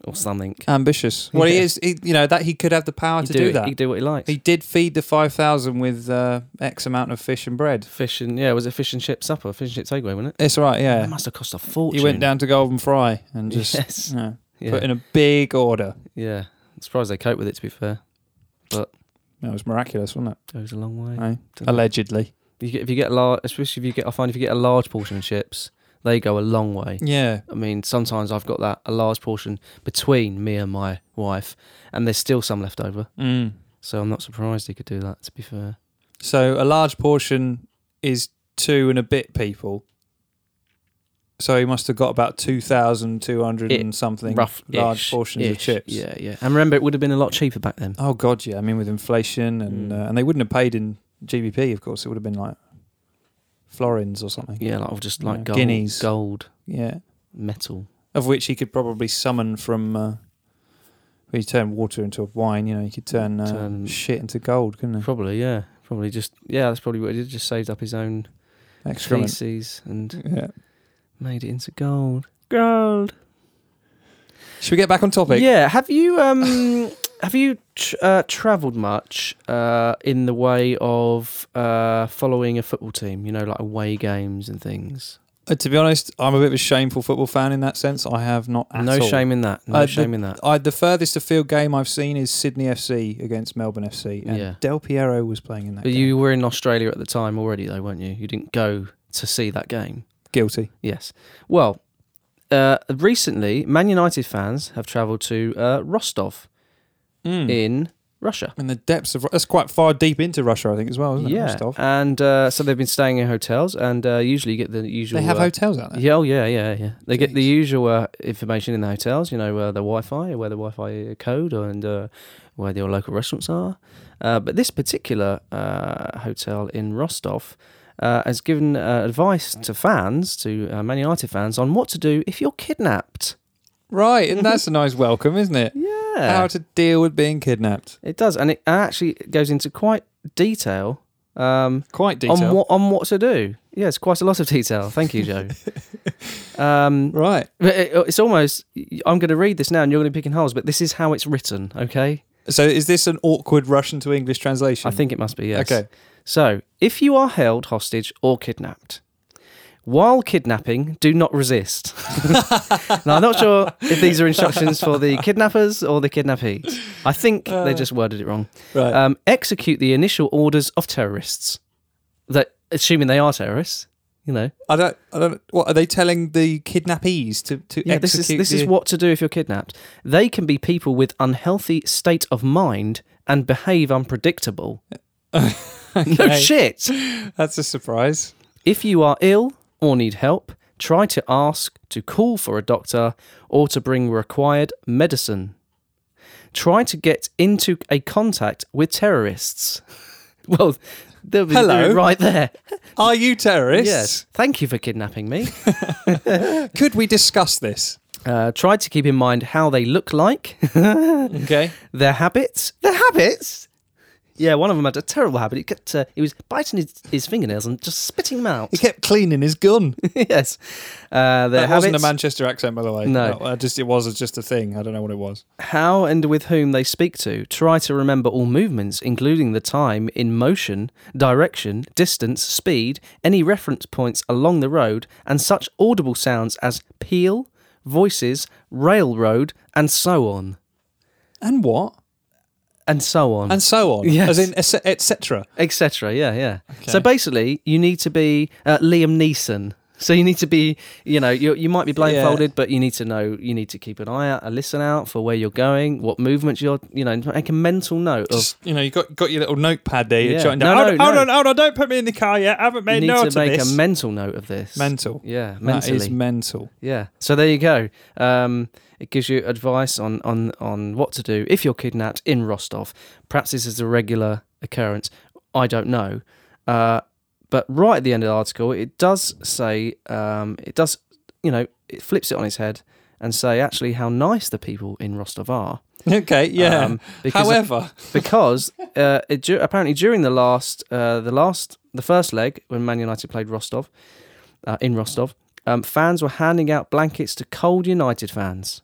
S2: or something.
S1: Ambitious. Well, he
S2: Yeah.
S1: is. He, you know that he could have the power
S2: He'd
S1: to do,
S2: it-
S1: that.
S2: He'd do what he likes.
S1: He did feed the five thousand with uh, x amount of fish and bread.
S2: fish and yeah, was it fish and chip supper? Fish and chip takeaway, wasn't it?
S1: It's all right.
S2: That
S1: Yeah,
S2: must have cost a fortune.
S1: he went down to Golden Fry and just
S2: yes.
S1: you know,
S2: Yeah.
S1: put in a big order.
S2: Yeah, I'm surprised they cope with it. To be fair,
S1: That was miraculous, wasn't it?
S2: goes a long way.
S1: Eh?
S2: Don't know.
S1: Allegedly.
S2: You get, if you get a large, especially if you get, I find if you get a large portion of chips, they go a long way.
S1: Yeah.
S2: I mean, sometimes I've got that a large portion between me and my wife, and there's still some left over.
S1: Mm.
S2: So I'm not surprised he could do that. To be fair,
S1: So a large portion is two and a bit people. So he must have got about two thousand two hundred
S2: It-
S1: and something
S2: rough
S1: large portions of chips.
S2: Yeah, yeah. And remember, it would have been a lot cheaper back then.
S1: Oh God, yeah. I mean, with inflation and
S2: Mm.
S1: uh, and they wouldn't have paid in GBP, of course. It would have been like florins or something.
S2: Yeah, like just like
S1: Yeah,
S2: gold,
S1: guineas.
S2: gold,
S1: Yeah.
S2: metal.
S1: Of which he could probably summon from. Uh, well, you turn water into wine, you know. You could turn, uh,
S2: Turn-
S1: shit into gold, couldn't you?
S2: Probably, yeah. Probably just yeah. That's probably what he did. Just saved up his own
S1: Excrement.
S2: feces and
S1: Yeah.
S2: made it into gold. Gold.
S1: Should we get back on topic?
S2: Yeah. Have you um have you tr- uh, travelled much uh in the way of uh following a football team? You know, like away games and things.
S1: Uh, to be honest, I'm a bit of a shameful football fan in that sense. I have not at
S2: no
S1: all.
S2: shame in that. No
S1: Uh, the-
S2: shame in that.
S1: I, the furthest a field game I've seen is Sydney FC against Melbourne FC, and
S2: Yeah.
S1: Del Piero was playing in that.
S2: But
S1: game.
S2: you were in Australia at the time already, though, weren't you? You didn't go to see that game.
S1: guilty?
S2: Yes. Well, uh, recently, Man United fans have travelled to uh, Rostov
S1: Mm.
S2: in Russia.
S1: In the depths of that's quite far deep into Russia, I think, as well, isn't it?
S2: yeah,
S1: Oh, Rostov?
S2: and uh, so they've been staying in hotels, and uh, usually you get the usual.
S1: They have
S2: uh,
S1: hotels out there.
S2: Yeah, oh, yeah, yeah, yeah. They get the
S1: Jeez.
S2: usual uh, information in the hotels, you know, uh, the Wi-Fi, where the Wi-Fi code, and uh, where your local restaurants are. Uh, but this particular uh, hotel in Rostov uh, has given uh, advice to fans, to uh, Man United fans, on what to do if you're kidnapped.
S1: Right, and that's a nice welcome, isn't it?
S2: Yeah,
S1: How to deal with being kidnapped?
S2: it does, and it actually goes into quite detail. Um,
S1: Quite detailed.
S2: on what on what to do. Yeah, it's quite a lot of detail. Thank you, Joe. um,
S1: Right.
S2: but it, it's almost. I'm going to read this now, and you're going to be picking holes. But this is how it's written. Okay,
S1: So is this an awkward Russian to English translation?
S2: I think it must be yes.
S1: Okay.
S2: So, if you are held hostage or kidnapped, While kidnapping, do not resist. now, I'm not sure if these are instructions for the kidnappers or the kidnappee. I think they just worded it wrong.
S1: Right.
S2: Um, execute the initial orders of terrorists. That, assuming they are terrorists, you know.
S1: I don't. I don't. What are they telling the kidnappees to to
S2: Yeah,
S1: execute?
S2: this is this
S1: the-
S2: is what to do if you're kidnapped. They can be people with unhealthy state of mind and behave unpredictable. No
S1: Okay.
S2: shit.
S1: That's a surprise.
S2: If you are ill or need help, try to ask to call for a doctor or to bring required medicine. Try to get into a contact with terrorists. Well, they'll be
S1: Hello.
S2: they're right there.
S1: Are you terrorists?
S2: Yes. Thank you for kidnapping me.
S1: Could we discuss this?
S2: Uh, try to keep in mind how they look like,
S1: Okay.
S2: their habits. Their habits? Yeah, one of them had a terrible habit. He, kept, uh, he was biting his, his fingernails and just spitting them out.
S1: He kept cleaning his gun.
S2: yes. Uh, their
S1: That wasn't a
S2: habits.
S1: Manchester accent, by the way.
S2: No.
S1: I just it was just a thing. I don't know what it was.
S2: how and with whom they speak to. Try to remember all movements, including the time in motion, direction, distance, speed, any reference points along the road, and such audible sounds as peel, voices, railroad, and so on.
S1: And what?
S2: And so on.
S1: And so on.
S2: Yes.
S1: As in etc.
S2: Etc. Yeah, yeah. So basically, you need to be uh, Liam Neeson. So you need to be, you know, you you might be blindfolded, but you need to know, you need to keep an eye out, a listen out for where you're going, what movements you're, you know, make a mental note of
S1: You know, you got got your little notepad there. You're
S2: Yeah.
S1: jotting
S2: No,
S1: down.
S2: no,
S1: hold,
S2: no.
S1: hold on, hold on! Don't put me in the car yet. I haven't
S2: you
S1: made
S2: need
S1: note
S2: to
S1: of
S2: make
S1: this.
S2: a mental note of this.
S1: mental.
S2: yeah, mentally.
S1: That is mental.
S2: yeah. So there you go. Um, it gives you advice on, on, on what to do if you're kidnapped in Rostov. Perhaps this is a regular occurrence. I don't know. Uh, but right at the end of the article, it does say, um, it does, you know, it flips it on its head and say actually how nice the people in Rostov are.
S1: Okay. Yeah.
S2: Um, because-
S1: However,
S2: because uh, it, du- apparently during the last, uh, the last, the first leg when Man United played Rostov, uh, in Rostov, um, fans were handing out blankets to cold United fans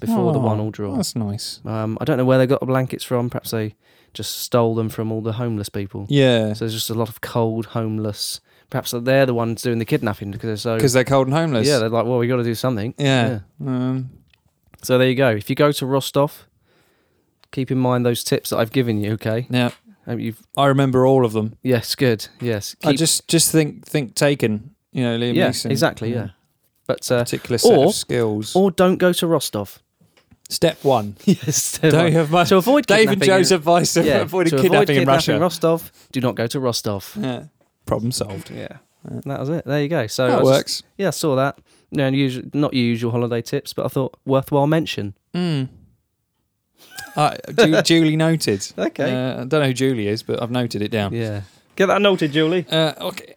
S2: before the
S1: Oh,
S2: one-all draw.
S1: that's nice.
S2: Um, I don't know where they got the blankets from. Perhaps they just stole them from all the homeless people.
S1: Yeah.
S2: So there's just a lot of cold homeless. Perhaps they're the ones doing the kidnapping because they're so.
S1: Because they're cold and homeless.
S2: Yeah, they're like, well, we got to do something.
S1: Yeah. Um,
S2: So there you go. If you go to Rostov, keep in mind those tips that I've given you. Okay.
S1: now
S2: Um, you've
S1: I remember all of them.
S2: Yes, good. Yes,
S1: I just just think think taken. You know, Liam
S2: yeah,
S1: Neeson. Mm,
S2: exactly. Yeah, but uh,
S1: Particular set
S2: Or-
S1: of skills.
S2: or don't go to Rostov.
S1: Step one.
S2: yes,
S1: Don't have much.
S2: to avoid
S1: Dave and
S2: kidnapping
S1: Joe's advice of
S2: yeah,
S1: avoiding
S2: to
S1: kidnapping,
S2: avoid kidnapping
S1: in Russia.
S2: Rostov. Do not go to Rostov.
S1: yeah. Problem solved.
S2: Yeah, that was it. There you go. So I
S1: That
S2: was just-
S1: works.
S2: yeah, I saw that. No, unusual, not your usual holiday tips, but I thought worthwhile mention.
S1: Mm. Uh, du- duly noted.
S2: Okay.
S1: Uh, I don't know who Julie is, but I've noted it down.
S2: yeah, get that noted, Julie.
S1: Uh, okay.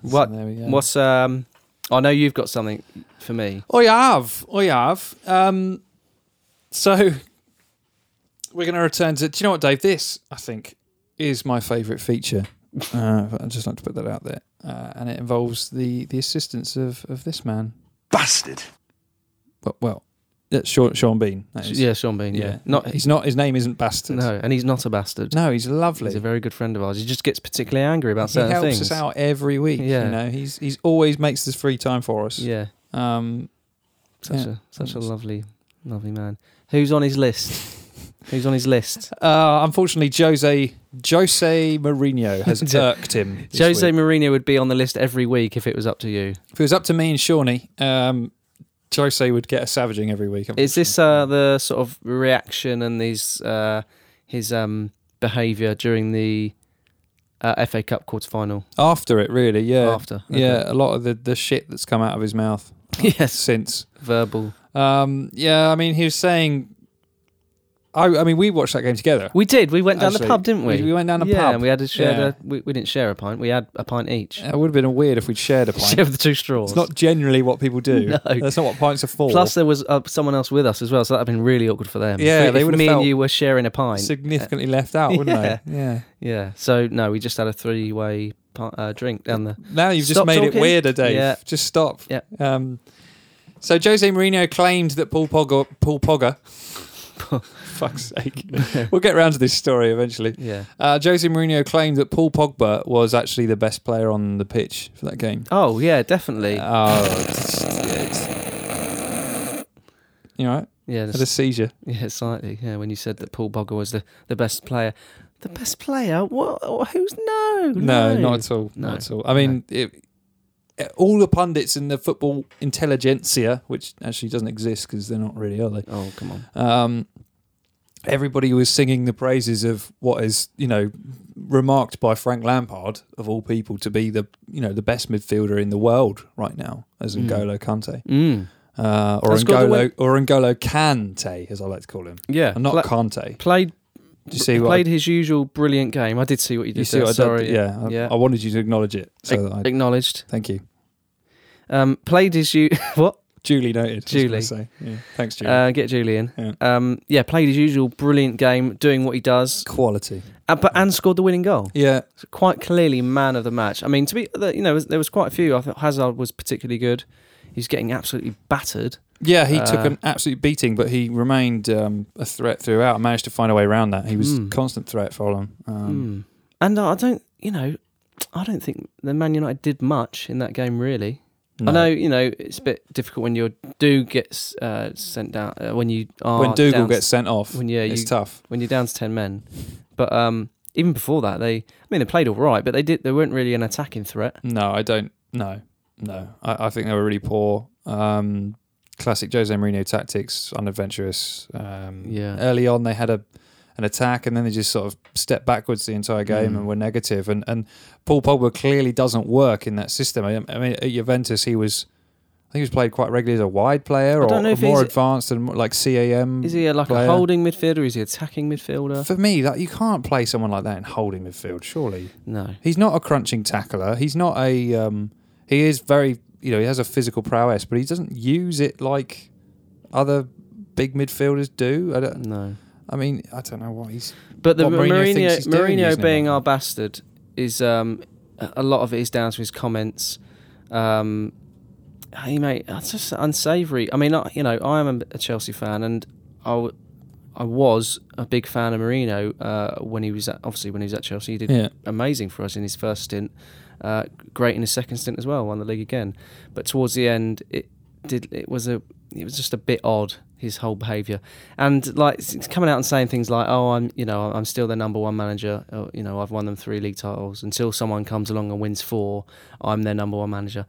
S2: What-
S1: So there we go.
S2: What's um? I know you've got something for me.
S1: I have. I have. Um, so we're going to return to. Do you know what, Dave? This, I think, is my favourite feature. Uh, I'd just like to put that out there. Uh, and it involves the, the assistance of, of this man.
S3: Bastard.
S1: Well, well that's Sean, Sean Bean. That is.
S2: Yeah, Sean Bean. Yeah, not
S1: he's not. His name isn't Bastard.
S2: no, and he's not a bastard.
S1: No, he's lovely.
S2: He's a very good friend of ours. He just gets particularly angry about
S1: he
S2: certain
S1: helps
S2: things.
S1: us out every week.
S2: Yeah.
S1: You know, he's he's always makes this free time for us.
S2: Yeah,
S1: Um, Yeah.
S2: such a such a lovely, lovely man. Who's on his list? Who's on his list?
S1: Uh, unfortunately, Jose Jose Mourinho has
S2: Jo-
S1: irked him. this
S2: Jose
S1: week.
S2: Mourinho would be on the list every week if it was up to you.
S1: if it was up to me and Shawnee, um, Jose would get a savaging every week.
S2: Is this uh, the sort of reaction and these uh, his um, behaviour during the uh, FA Cup quarter final
S1: after it? Really? Yeah,
S2: after? Okay.
S1: yeah. A lot of the, the shit that's come out of his mouth
S2: yes,
S1: since.
S2: verbal.
S1: Um, yeah, I mean, he was saying. I, I mean, we watched that game together.
S2: We did. We went down the
S1: Actually,
S2: pub, didn't we?
S1: We, went down a
S2: yeah,
S1: pub.
S2: and we had a shared.
S1: Yeah.
S2: A, we, we didn't share a pint. We had a pint each.
S1: it would have been weird if we'd shared a pint.
S2: Share the two straws.
S1: It's not generally what people do.
S2: No.
S1: That's not what pints are for.
S2: Plus, there was uh, someone else with us as well, so that'd been really awkward for them.
S1: Yeah,
S2: if,
S1: they
S2: if
S1: would've
S2: me
S1: felt
S2: and you were sharing a pint. Uh,
S1: significantly left out, wouldn't
S2: Yeah.
S1: they? Yeah.
S2: yeah, so no, we just had a three-way pi- uh, drink down the.
S1: Now you've just
S2: Stop
S1: made
S2: talking?
S1: it weirder, Dave.
S2: Yeah.
S1: Just stop.
S2: Yeah.
S1: Um, so Jose Mourinho claimed that Paul Pogba, Paul Pogba, Fuck's sake. we'll get round to this story eventually.
S2: yeah.
S1: Uh, Jose Mourinho claimed that Paul Pogba was actually the best player on the pitch for that game.
S2: Oh yeah, definitely.
S1: Oh, it's, it's- you all right?
S2: yeah,
S1: Had a seizure.
S2: yeah, slightly. Yeah, when you said that Paul Bogger was the, the best player, the best player. What? Who's no?
S1: No, not at all.
S2: No.
S1: Not at all. I mean, it, it- all the pundits in the football intelligentsia, which actually doesn't exist because they're not really, are they?
S2: Oh come on.
S1: Um, everybody was singing the praises of what is, you know, remarked by Frank Lampard of all people to be the, you know, the best midfielder in the world right now as
S2: Mm.
S1: N'Golo Kante,
S2: Mm.
S1: uh, or
S2: That's got the
S1: N'Golo or N'Golo Kante, as I like to call him,
S2: Yeah,
S1: and not
S2: pla-
S1: Kante.
S2: played.
S1: Do you see what? I-
S2: played his usual brilliant game. I did see what you
S1: you
S2: did.
S1: see
S2: there,
S1: what I did?
S2: Sorry.
S1: Yeah, I,
S2: Yeah.
S1: I wanted you to acknowledge it. So
S2: Ac-
S1: that I,
S2: acknowledged.
S1: thank you.
S2: Um, played his u- what?
S1: Julie noted. I was gonna
S2: Duly.
S1: say. Yeah. Thanks, Julie.
S2: Uh, get Julian.
S1: Yeah.
S2: Um, yeah, played his usual brilliant game, doing what he does,
S1: Quality.
S2: and, but and scored the winning goal.
S1: Yeah.
S2: So quite clearly, man of the match. I mean, to be the- you know, there was quite a few. I thought Hazard was particularly good. He's getting absolutely battered.
S1: Yeah, he took
S2: Uh,
S1: an absolute beating, but he remained um, a threat throughout. Managed to find a way around that. He was
S2: Hmm.
S1: constant threat for Holland. Um,
S2: Hmm. And I don't, you know, I don't think the Man United did much in that game really.
S1: no.
S2: I know, you know, it's a bit difficult when your do gets uh, sent down uh, when you are
S1: when Dougal
S2: down-
S1: gets sent off,
S2: when yeah
S1: it's
S2: you,
S1: tough.
S2: when you're down to ten men. But um, even before that, they I mean they played all right, but they did they weren't really an attacking threat.
S1: No, I don't. No, no. I, I think they were really poor. Um, classic Jose Mourinho tactics, unadventurous. Um,
S2: Yeah.
S1: Early on, they had a an attack, and then they just sort of stepped backwards the entire game
S2: Mm.
S1: and were negative. And and Paul Pogba clearly doesn't work in that system. I, I mean, at Juventus, he was. I think he was played quite regularly as a wide player
S2: I
S1: or,
S2: don't know
S1: or
S2: if
S1: more
S2: he's-
S1: advanced and more like CAM.
S2: Is he uh,
S1: Mm.
S2: like
S1: player.
S2: a holding midfielder? Is he attacking midfielder?
S1: For me, that you can't play someone like that in holding midfield, surely.
S2: No.
S1: He's not a crunching tackler. He's not a. Um, he is very. You know, he has a physical prowess, but he doesn't use it like other big midfielders do. I, don't,
S2: No.
S1: I mean, I don't know what he's.
S2: But the
S1: What Mourinho
S2: Mourinho
S1: thinks he's
S2: Mourinho,
S1: doing using
S2: being
S1: him.
S2: our bastard is um, a a lot of it is down to his comments. Um, hey mate, that's just unsavoury. I mean, I, you know, I am a- a Chelsea fan, and I, w- I was a big fan of Mourinho uh, when he was at, obviously when he was at Chelsea. He did
S1: Yeah.
S2: amazing for us in his first stint. Uh, great in his second stint as well. Won the league again, but towards the end, it did. It was a. It was just a bit odd his whole behaviour, and like it's- it's coming out and saying things like, "Oh, I'm, you know, I'm still their number one manager. Oh, you know, I've won them three league titles. Until someone comes along and wins four, I'm their number one manager."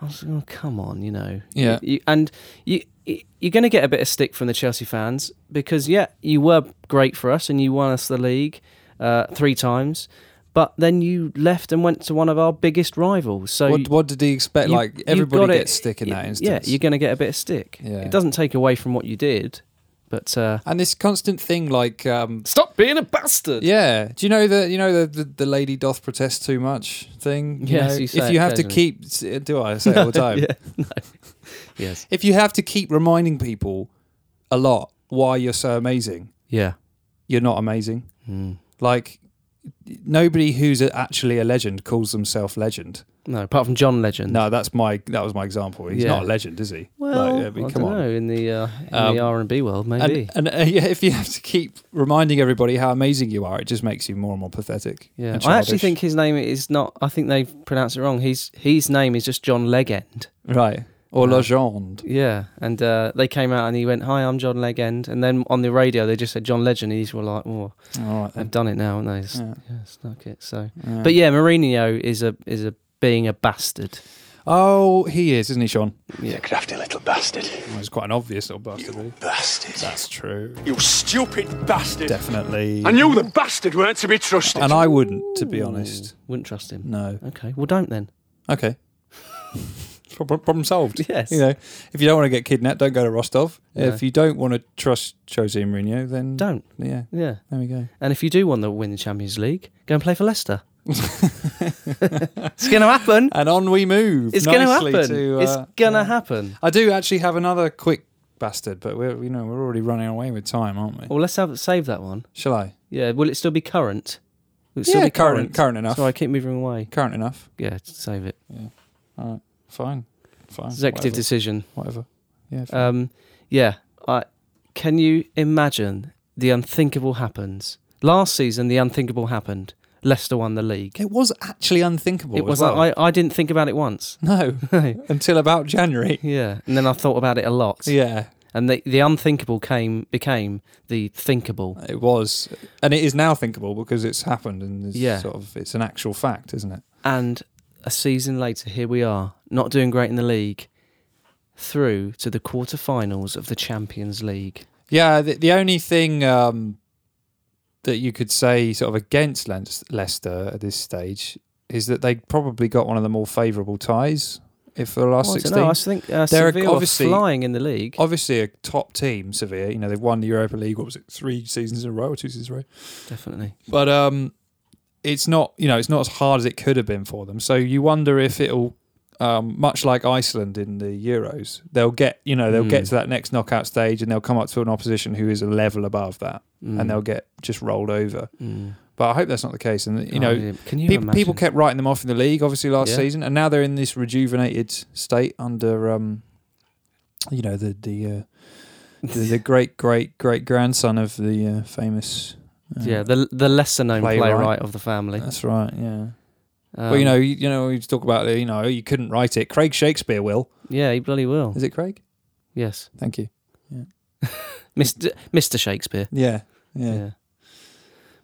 S2: I was like, "Oh, come on, you know."
S1: Yeah.
S2: You, you- and you y- you're going to get a bit of stick from the Chelsea fans because yeah, you were great for us and you won us the league uh, three times, but then you left and went to one of our biggest rivals. So
S1: what, what did he expect?
S2: you-
S1: like
S2: you've
S1: everybody
S2: gotta-
S1: gets stick in that
S2: yeah,
S1: instance.
S2: you're going to get a bit of stick.
S1: Yeah.
S2: It doesn't take away from what you did, but uh,
S1: and this constant thing, like, um,
S2: stop being a bastard.
S1: yeah. Do you know the you know the, the, the lady doth protest too much thing? You
S2: Yes,
S1: know,
S2: you say
S1: if
S2: it
S1: you have to
S2: occasionally.
S1: keep, do I, I say it all the time?
S2: yeah, no. yes,
S1: If you have to keep reminding people a lot why you're so amazing,
S2: yeah,
S1: you're not amazing.
S2: Hmm.
S1: Like nobody who's a- actually a legend calls themselves legend.
S2: no. Apart from John Legend,
S1: No, that's my that was my example. He's
S2: Yeah.
S1: not a legend, is he?
S2: Well,
S1: Like, I mean,
S2: I
S1: come
S2: don't
S1: on.
S2: know. In the uh, in
S1: Um,
S2: the R and B world, maybe.
S1: And, and uh, yeah, if you have to keep reminding everybody how amazing you are, it just makes you more and more pathetic.
S2: Yeah,
S1: and
S2: I actually
S1: childish.
S2: think his name is not. I think they pronounced it wrong. He's his name is just John Legend.
S1: right or
S2: Uh,
S1: legend.
S2: Yeah, and uh, they came out and he went, "Hi, I'm John Legend," and then on the radio they just said John Legend, and these were like, "Oh,
S1: All right,
S2: they've
S1: then.
S2: done it now," and they s-
S1: Yeah,
S2: yeah, snuck it. So,
S1: yeah.
S2: but yeah, Mourinho is a is a being a bastard.
S1: oh, he is, isn't he, Sean?
S3: You crafty little bastard.
S1: Well, he's quite an obvious little bastard. really.
S3: Bastard.
S1: That's true.
S3: You stupid bastard.
S1: Definitely.
S3: I knew the bastard weren't to be trusted.
S1: And I wouldn't, to be honest.
S2: Wouldn't trust him.
S1: No.
S2: Okay, well, don't then.
S1: Okay. problem, problem solved.
S2: Yes.
S1: You know, if you don't want to get kidnapped, don't go to Rostov.
S2: No.
S1: If you don't want to trust Jose Mourinho, then
S2: Don't.
S1: Yeah,
S2: Yeah,
S1: there we go.
S2: and if you do want to win the Champions League, go and play for Leicester. it's going to happen.
S1: And on we move.
S2: It's going to
S1: nicely
S2: happen.
S1: to, uh,
S2: it's going to
S1: yeah.
S2: happen.
S1: I do actually have another quick bastard, but we're you know we're already running away with time, aren't we?
S2: Well, let's have save that one.
S1: Shall I?
S2: Yeah, will it still be current? Will it
S1: yeah, current, current enough.
S2: So I keep moving away.
S1: Current enough.
S2: Yeah, save it.
S1: All right, fine, fine.
S2: Executive Uh,
S1: whatever.
S2: decision.
S1: whatever. Yeah. fine.
S2: Um, yeah, I Can you imagine the unthinkable happens? Last season, the unthinkable happened. Leicester won the league.
S1: It was actually unthinkable.
S2: It
S1: as
S2: was like,
S1: well.
S2: I, I didn't think about it once.
S1: no until about January.
S2: yeah, and then I thought about it a lot.
S1: Yeah,
S2: and the the unthinkable came became the thinkable.
S1: it was, and it is now thinkable because it's happened and it's
S2: Yeah.
S1: sort of it's an actual fact, isn't it?
S2: And a season later, here we are, not doing great in the league, through to the quarterfinals of the Champions League.
S1: Yeah, the, the only thing um, that you could say sort of against Len- Leicester at this stage is that they probably got one of the more favourable ties if for the last
S2: Well, I don't
S1: 16.
S2: know, I think uh,
S1: They're
S2: Seville are
S1: obviously-
S2: flying in the league.
S1: Obviously, a top team, Sevilla. You know, they've won the Europa League, what was it, three seasons in a row or two seasons in a row?
S2: Definitely.
S1: But um, it's not, you know, it's not as hard as it could have been for them. So you wonder if it'll, um, much like Iceland in the Euros, they'll get, you know, they'll
S2: Mm.
S1: get to that next knockout stage and they'll come up to an opposition who is a level above that
S2: Mm,
S1: and they'll get just rolled over.
S2: mm.
S1: But I hope that's not the case. And you
S2: Oh,
S1: know,
S2: yeah. can you
S1: peop-
S2: imagine?
S1: people kept writing them off in the league, obviously last
S2: Yeah.
S1: season, and now they're in this rejuvenated state under, um, you know, the the, uh, the the great great great grandson of the uh, famous. Uh,
S2: yeah, the the lesser known playwright,
S1: Playwright.
S2: of the family.
S1: that's right. Yeah.
S2: Um,
S1: Uh, well, you know, you, you know, you talk about you know, you couldn't write it. Craig Shakespeare will.
S2: yeah, he bloody will.
S1: Is it Craig?
S2: Yes,
S1: Thank you.
S2: Mister Mister Shakespeare.
S1: Yeah. Yeah.
S2: Yeah.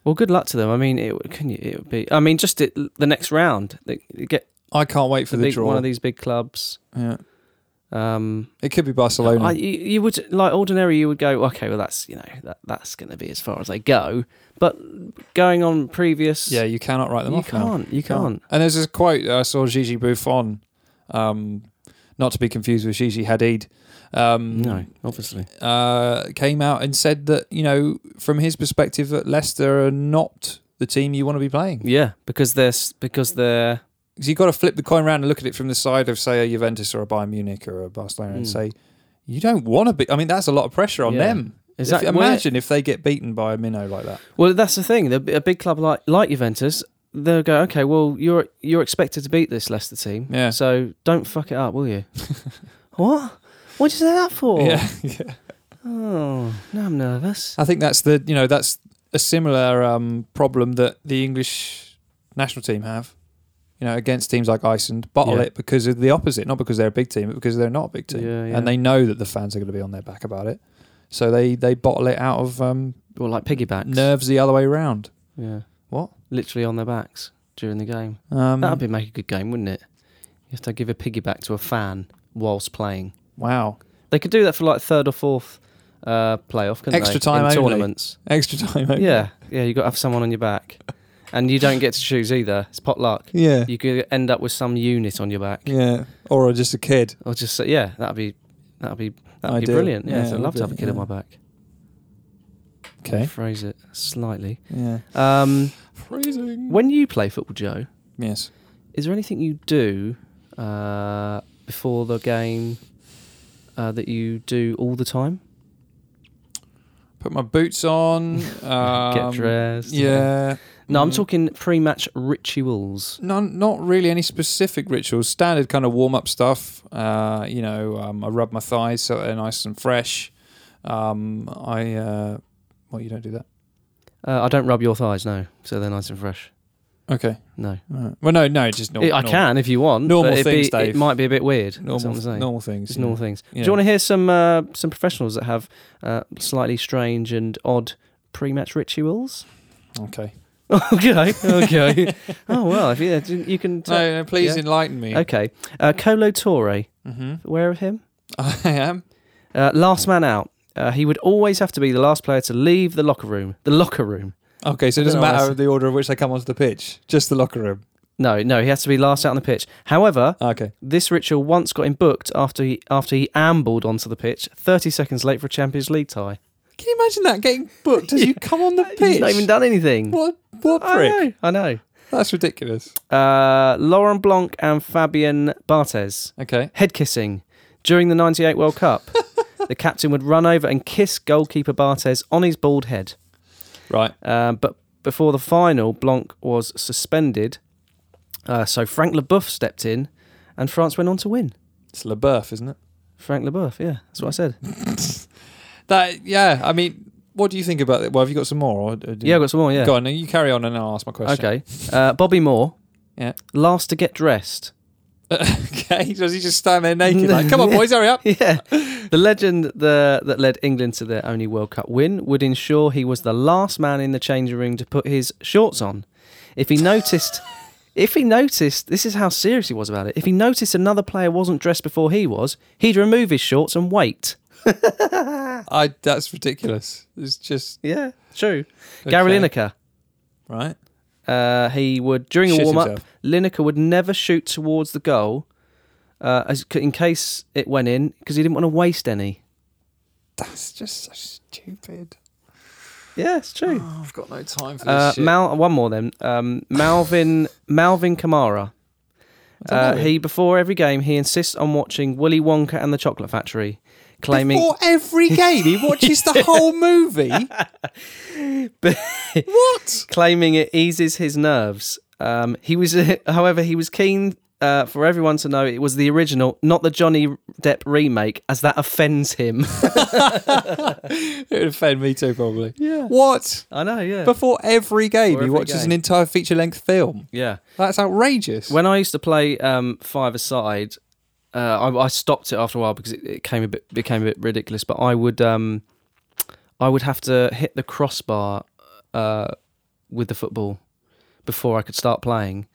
S2: Well, good luck to them. I mean, it would- can you? It would be. I mean, just it, the next round. They they get
S1: I can't wait for
S2: the
S1: the,
S2: big,
S1: draw.
S2: one of these big clubs.
S1: yeah.
S2: Um,
S1: It could be Barcelona.
S2: I, you, you would like ordinary. You would go, okay, well, that's you know that that's going to be as far as they go. But going on previous,
S1: yeah, you cannot write them
S2: you
S1: off now.
S2: can't, you can't.
S1: And there's this quote that I saw Gigi Buffon, um, not to be confused with Gigi Hadid, um,
S2: No, obviously.
S1: uh, came out and said that you know from his perspective that Leicester are not the team you want to be playing.
S2: Yeah, because they're s- because they're
S1: 'Cause you've got to flip the coin around and look at it from the side of say a Juventus or a Bayern Munich or a Barcelona and
S2: Mm.
S1: say you don't want to be. I mean that's a lot of pressure on
S2: Yeah.
S1: them.
S2: is
S1: If-
S2: that where-
S1: imagine if they get beaten by a minnow like that.
S2: Well, that's the thing. The- A big club like like Juventus, they'll go, okay, well, you're you're expected to beat this Leicester team,
S1: Yeah.
S2: So don't fuck it up, will you? what? What did you say that for?
S1: Yeah, yeah.
S2: Oh, now I'm nervous.
S1: I think that's the you know that's a similar um, problem that the English national team have. You know, against teams like Iceland, bottle
S2: Yeah.
S1: it because of the opposite, not because they're a big team, but because they're not a big team,
S2: Yeah, yeah.
S1: and they know that the fans are going to be on their back about it. So they they bottle it out of um,
S2: Well, like piggybacks.
S1: nerves the other way round.
S2: Yeah.
S1: What?
S2: Literally on their backs during the game.
S1: Um,
S2: That'd be make a good game, wouldn't it? You have to give a piggyback to a fan whilst playing.
S1: wow,
S2: They could do that for like third or fourth uh, playoff, couldn't
S1: Extra
S2: they?
S1: time
S2: in
S1: only.
S2: tournaments.
S1: extra time. okay.
S2: Yeah, yeah, you got to have someone on your back, and you don't get to choose either. It's potluck.
S1: yeah,
S2: You could end up with some unit on your back,
S1: yeah, or just a kid.
S2: or just say, yeah, that'd be that'd be that'd be
S1: Ideal.
S2: brilliant. Yeah,
S1: Yeah,
S2: so I'd
S1: it
S2: love
S1: would
S2: to have a
S1: be,
S2: kid on
S1: yeah.
S2: my back.
S1: Okay,
S2: Phrase it slightly.
S1: yeah,
S2: Um,
S1: freezing.
S2: when you play football, Joe,
S1: Yes,
S2: is there anything you do uh, before the game uh, that you do all the time?
S1: put my boots on. Um,
S2: Get dressed.
S1: Yeah.
S2: No, I'm
S1: Mm.
S2: talking pre-match rituals.
S1: No, not really any specific rituals. Standard kind of warm up stuff. Uh, you know, um, I rub my thighs so they're nice and fresh. Um, I uh, well, you don't do that.
S2: Uh, I don't rub your thighs, no, so they're nice and fresh.
S1: Okay.
S2: No.
S1: All right. Well, no, no, just normal.
S2: I can if you want.
S1: Normal
S2: but it'd
S1: things,
S2: be, It
S1: Dave.
S2: might be a bit weird. Normal,
S1: Normal,
S2: that's what I'm saying.
S1: normal things.
S2: Just
S1: yeah.
S2: normal things. Do
S1: Yeah.
S2: you want to hear some uh, some professionals that have uh, slightly strange and odd pre-match rituals?
S1: Okay.
S2: okay, okay. oh well, if yeah, you you can. tell.
S1: No, no, please
S2: Yeah.
S1: enlighten me.
S2: Okay, uh, Colo Torre,
S1: Mm-hmm.
S2: aware of him?
S1: I am.
S2: Uh, last man out. Uh, he would always have to be the last player to leave the locker room. The locker room.
S1: Okay, so it
S2: I don't
S1: doesn't
S2: know why I
S1: matter
S2: said-
S1: the order in which they come onto the pitch, just the locker room. Ah,
S2: No, no, he has to be last out on the pitch. However,
S1: Okay.
S2: This ritual once got him booked after he after he ambled onto the pitch, 30 seconds late for a Champions League tie.
S1: Can you imagine that getting booked as you come on the
S2: He's
S1: pitch?
S2: not even done anything.
S1: What, what prick?
S2: I know.
S1: That's ridiculous.
S2: I know. Uh, Laurent Blanc and Fabian Barthez
S1: Okay.
S2: head kissing during the 98 World Cup. the captain would run over and kiss goalkeeper Barthez on his bald head.
S1: Right.
S2: Um, but before the final, Blanc was suspended. Uh, so Frank Leboeuf stepped in, and France went on to win.
S1: It's LeBeuf, isn't it?
S2: Frank Leboeuf, yeah, that's what I said.
S1: that yeah. I mean, what do you think about it? Well, have you got some more? Or, or do
S2: Yeah, I've got some more, yeah.
S1: Go on, and you carry on, and I'll ask my question.
S2: Okay. Uh, Bobby Moore,
S1: Yeah.
S2: last to get dressed.
S1: okay. Does he just stand there naked? Like, come on, boys, hurry up.
S2: Yeah. The legend the, that led England to their only World Cup win would ensure he was the last man in the changing room to put his shorts on. If he noticed, if he noticed, this is how serious he was about it. If he noticed another player wasn't dressed before he was, he'd remove his shorts and wait.
S1: I. That's ridiculous. It's just
S2: Yeah, true. Gary
S1: Okay.
S2: Lineker.
S1: right.
S2: Uh, he would during a
S1: Shit
S2: warm up.
S1: himself.
S2: Lineker would never shoot towards the goal, uh, as in case it went in, because he didn't want to waste any.
S1: That's just so stupid.
S2: Yeah, it's true.
S1: Oh, I've got no time for this
S2: Uh,
S1: shit.
S2: Mal, one more then. Um, Malvin Malvin Kamara.
S1: don't
S2: Uh,
S1: know.
S2: he before every game he insists on watching Willy Wonka and the Chocolate Factory, claiming
S1: Before every game, he watches the whole movie. what?
S2: claiming it eases his nerves. Um, he was, however, he was keen uh, for everyone to know it was the original, not the Johnny Depp remake, as that offends him.
S1: It would offend me too, probably. Yeah. What?
S2: I know, yeah,
S1: Before every game,
S2: Before
S1: he
S2: every
S1: watches
S2: game.
S1: an entire feature-length film.
S2: yeah.
S1: That's outrageous.
S2: When I used to play um, five aside, uh, I, I stopped it after a while because it, it came a bit became a bit ridiculous. But I would um, I would have to hit the crossbar uh, with the football before I could start playing,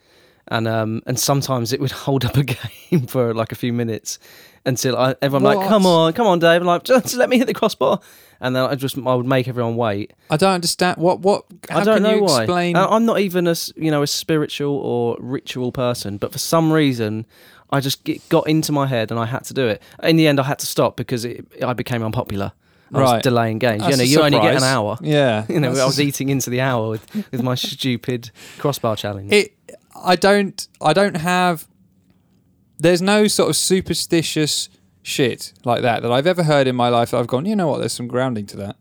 S2: and um, and sometimes it would hold up a game for like a few minutes until I, everyone like
S1: What?
S2: come on come on Dave I'm like just let me hit the crossbar and then I just I would make everyone wait.
S1: I don't understand. What? What? How
S2: I don't
S1: can
S2: know
S1: you
S2: why.
S1: explain?
S2: I- I'm not even a s- you know a spiritual or ritual person, but for some reason, I just it got into my head and I had to do it. In the end, I had to stop because it, I became unpopular. I
S1: Right.
S2: was delaying games.
S1: That's
S2: you know,
S1: a
S2: you only get an
S1: surprise.
S2: hour.
S1: Yeah.
S2: You know,
S1: That's
S2: I
S1: a
S2: was eating into the hour with, with my stupid crossbar challenge.
S1: it i don't i don't have there's no sort of superstitious shit like that that i've ever heard in my life that i've gone you know what there's some grounding to that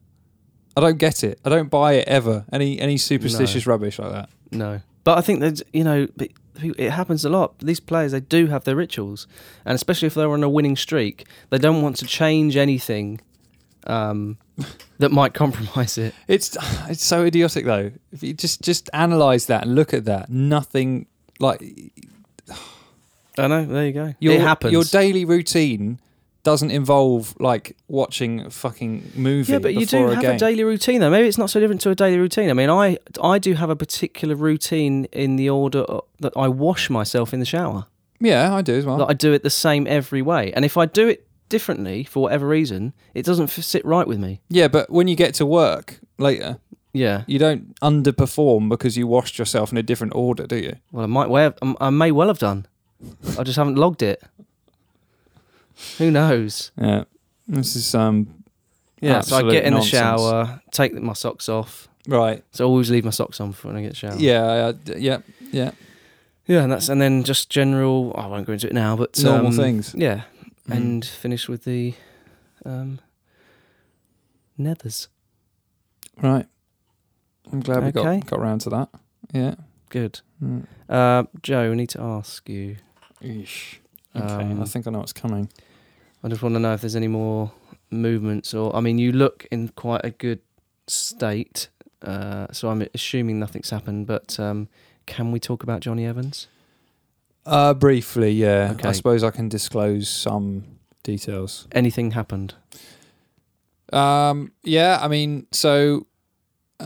S1: i don't get it i don't buy it ever any any superstitious rubbish like that
S2: No, but I think that you know, but it happens a lot. These players they do have their rituals, and especially if they're on a winning streak, they don't want to change anything um, that might compromise it.
S1: it's it's so idiotic though if you just just analyze that and look at that nothing like
S2: I know. There you go.
S1: your
S2: it happens.
S1: your daily routine doesn't involve like watching a fucking movie
S2: yeah, but you do
S1: before
S2: have
S1: a game
S2: a daily routine though. Maybe it's not so different to a daily routine. I mean, I I do have a particular routine in the order that I wash myself in the shower.
S1: yeah i do as well
S2: That I do it the same every way, and if I do it differently for whatever reason, it doesn't f- sit right with me.
S1: yeah but when you get to work uh, later
S2: Yeah.
S1: you don't underperform because you washed yourself in a different order, do you?
S2: Well, I might well. I- I may well have done. I just haven't logged it. Who knows?
S1: Yeah. This is um
S2: Yeah. So I
S1: absolute
S2: get in
S1: nonsense.
S2: the shower, take my socks off.
S1: Right.
S2: So I always leave my socks on before when I get showered.
S1: Yeah, uh, d- yeah, yeah.
S2: Yeah, and that's and then just general. I won't go into it now, but
S1: Normal
S2: um,
S1: things. Mm-hmm.
S2: Yeah, and finish with the um, nethers.
S1: Right. I'm glad we
S2: Okay.
S1: got got round to that. Yeah.
S2: Good.
S1: Mm.
S2: Uh, Joe, I need to ask you.
S1: Okay,
S2: Um,
S1: I think I know what's coming.
S2: I just want to know if there's any more movements or. I mean, you look in quite a good state, uh, so I'm assuming nothing's happened. But um, can we talk about Johnny Evans?
S1: Uh briefly, yeah. I
S2: Okay.
S1: suppose I can disclose some details.
S2: Anything happened?
S1: Um, yeah, I mean, so uh,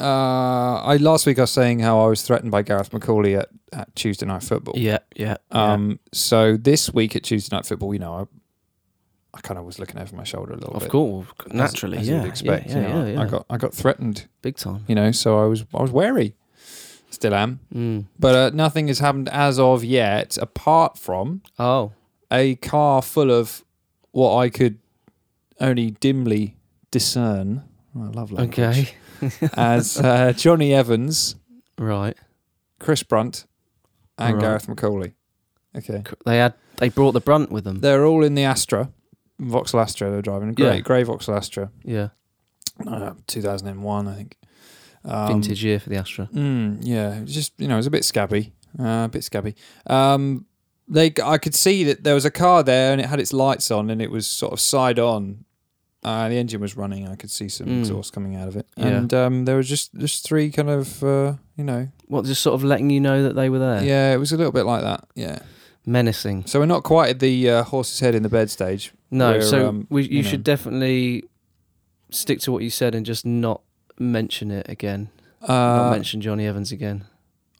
S1: I last week I was saying how I was threatened by Gareth McCauley at, at Tuesday Night Football.
S2: Yeah, yeah.
S1: Um, So this week at Tuesday Night Football, you know, I, I kind of was looking over my shoulder a little
S2: of
S1: bit.
S2: course,
S1: as-
S2: naturally,
S1: as
S2: yeah,
S1: you'd expect.
S2: yeah, yeah,
S1: you know,
S2: yeah,
S1: I
S2: yeah.
S1: got I got threatened,
S2: big time.
S1: you know, so I was I was wary. Still am,
S2: Mm.
S1: but uh, nothing has happened as of yet, apart from
S2: Oh,
S1: a car full of what I could only dimly discern. Oh, I love language.
S2: okay,
S1: as uh, Johnny Evans,
S2: right.
S1: Chris Brunt, and
S2: Right.
S1: Gareth McCauley. Okay.
S2: C- They had they brought the brunt with them.
S1: They're all in the Astra, Vauxhall Astra. They're driving a grey,
S2: Yeah.
S1: grey Vauxhall Astra,
S2: Yeah,
S1: uh, 2001, I think. Um,
S2: vintage year for the Astra.
S1: Mm, yeah, it was just you know, it was a bit scabby, uh, a bit scabby. Um, they, I could see that there was a car there, and it had its lights on, and it was sort of side on, Uh, the engine was running. I could see some
S2: Mm.
S1: exhaust coming out of it,
S2: Yeah.
S1: and um, there were just just three kind of uh, you know
S2: What, just sort of letting you know that they were there?
S1: yeah, it was a little bit like that. Yeah,
S2: Menacing.
S1: so we're not quite at the uh, horse's head in the bed stage.
S2: No,
S1: We're,
S2: so
S1: um,
S2: we, you
S1: you
S2: should
S1: know.
S2: definitely stick to what you said and just not mention it again. not
S1: Uh,
S2: mention Johnny Evans again.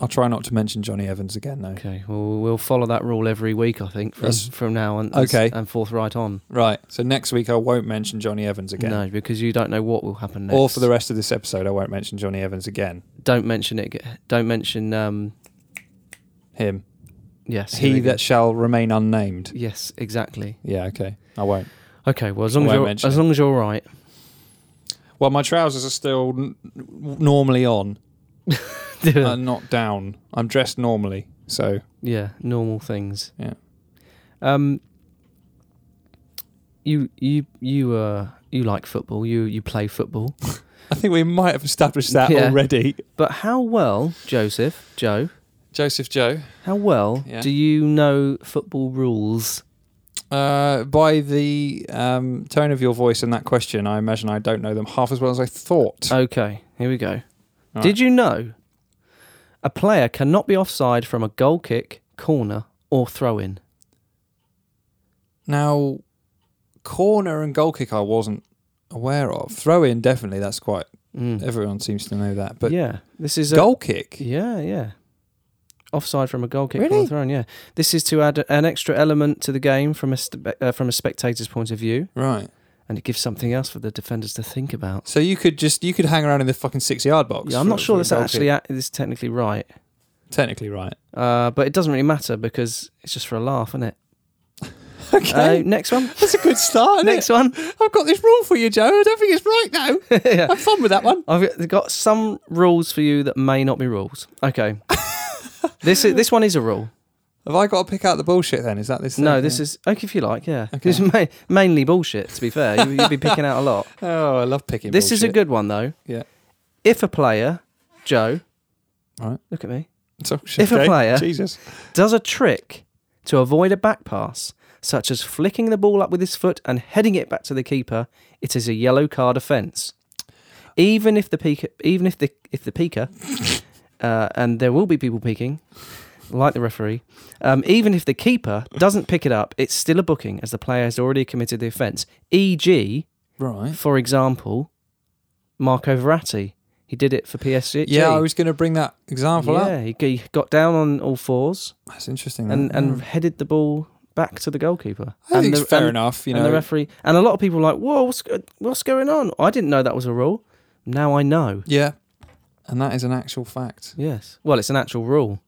S1: I'll try not to mention Johnny Evans again though.
S2: Okay, well, we'll follow that rule every week, I think, from,
S1: That's-
S2: from now on.
S1: Okay.
S2: And forthright on.
S1: Right. So next week I won't mention Johnny Evans again.
S2: No, because you don't know what will happen next.
S1: Or for the rest of this episode, I won't mention Johnny Evans again.
S2: don't mention it. aga- Don't mention. Um,
S1: Him.
S2: yes,
S1: he
S2: him
S1: that
S2: again.
S1: shall remain unnamed.
S2: Yes, exactly.
S1: Yeah, okay. I won't.
S2: Okay, well, as long as
S1: won't
S2: you're
S1: mention
S2: as
S1: it.
S2: long as you're all right.
S1: Well, my trousers are still n- n- normally on, uh, not down. I'm dressed normally, so
S2: yeah, normal things.
S1: Yeah.
S2: Um. You you you uh you like football. You you play football.
S1: I think we might have established that
S2: Yeah.
S1: already.
S2: But how well, Joseph, Joe,
S1: Joseph Joe,
S2: how well
S1: Yeah.
S2: do you know football rules?
S1: uh, by the um, tone of your voice in that question, I imagine I don't know them half as well as I thought.
S2: Okay, here we go.
S1: All
S2: Did
S1: right.
S2: you know a player cannot be offside from a goal kick, corner, or throw in?
S1: Now, corner and goal kick, I wasn't aware of. Throw in, definitely. That's quite.
S2: Mm.
S1: Everyone seems to know that, but
S2: yeah, this is a
S1: goal kick.
S2: Yeah, yeah. Offside from a goal kick
S1: Really?
S2: really? thrown. Yeah, this is to add an extra element to the game from a st- uh, from a spectator's point of view,
S1: Right.
S2: and it gives something else for the defenders to think about.
S1: So you could just you could hang around in the fucking six yard box.
S2: Yeah, I'm
S1: for-
S2: not sure
S1: for a
S2: that's
S1: goal
S2: actually
S1: kick.
S2: a- is technically right,
S1: technically right.
S2: uh, but it doesn't really matter because it's just for a laugh, isn't it?
S1: Okay,
S2: Uh, next one.
S1: that's a good start. isn't
S2: next
S1: it?
S2: one.
S1: I've got this rule for you, Joe. I don't think it's right now.
S2: Yeah.
S1: Have fun with that one.
S2: I've got some rules for you that may not be rules. Okay. this is, this one is a rule.
S1: Have I got to pick out the bullshit then? Is that this?
S2: No,
S1: thing?
S2: this is okay if you like. Yeah, it's ma- mainly bullshit. To be fair, you, you'd be picking out a lot.
S1: Oh, I love picking.
S2: This is a
S1: bullshit.
S2: good one though.
S1: Yeah.
S2: If a player, Joe,
S1: Right.
S2: look at me,
S1: So,
S2: If a
S1: okay,
S2: player-
S1: Jesus.
S2: does a trick to avoid a back pass, such as flicking the ball up with his foot and heading it back to the keeper, it is a yellow card offence. Even if the peaker, even if the if the peaker, uh, and there will be people peeking, like the referee, um, even if the keeper doesn't pick it up, it's still a booking as the player has already committed the offence. e E.g.,
S1: Right.
S2: for example, Marco Verratti. He did it for PSG.
S1: Yeah, I was going to bring that example
S2: Yeah,
S1: up.
S2: he, he got down on all fours
S1: That's interesting.
S2: and,
S1: that. Mm.
S2: and headed the ball back to the goalkeeper.
S1: I
S2: and
S1: think
S2: the,
S1: it's fair
S2: and-
S1: enough. You
S2: and
S1: know,
S2: the referee and a lot of people were like, whoa, what's go- what's going on? I didn't know that was a rule. Now I know.
S1: yeah, and that is an actual fact,
S2: Yes. Well, it's an actual rule.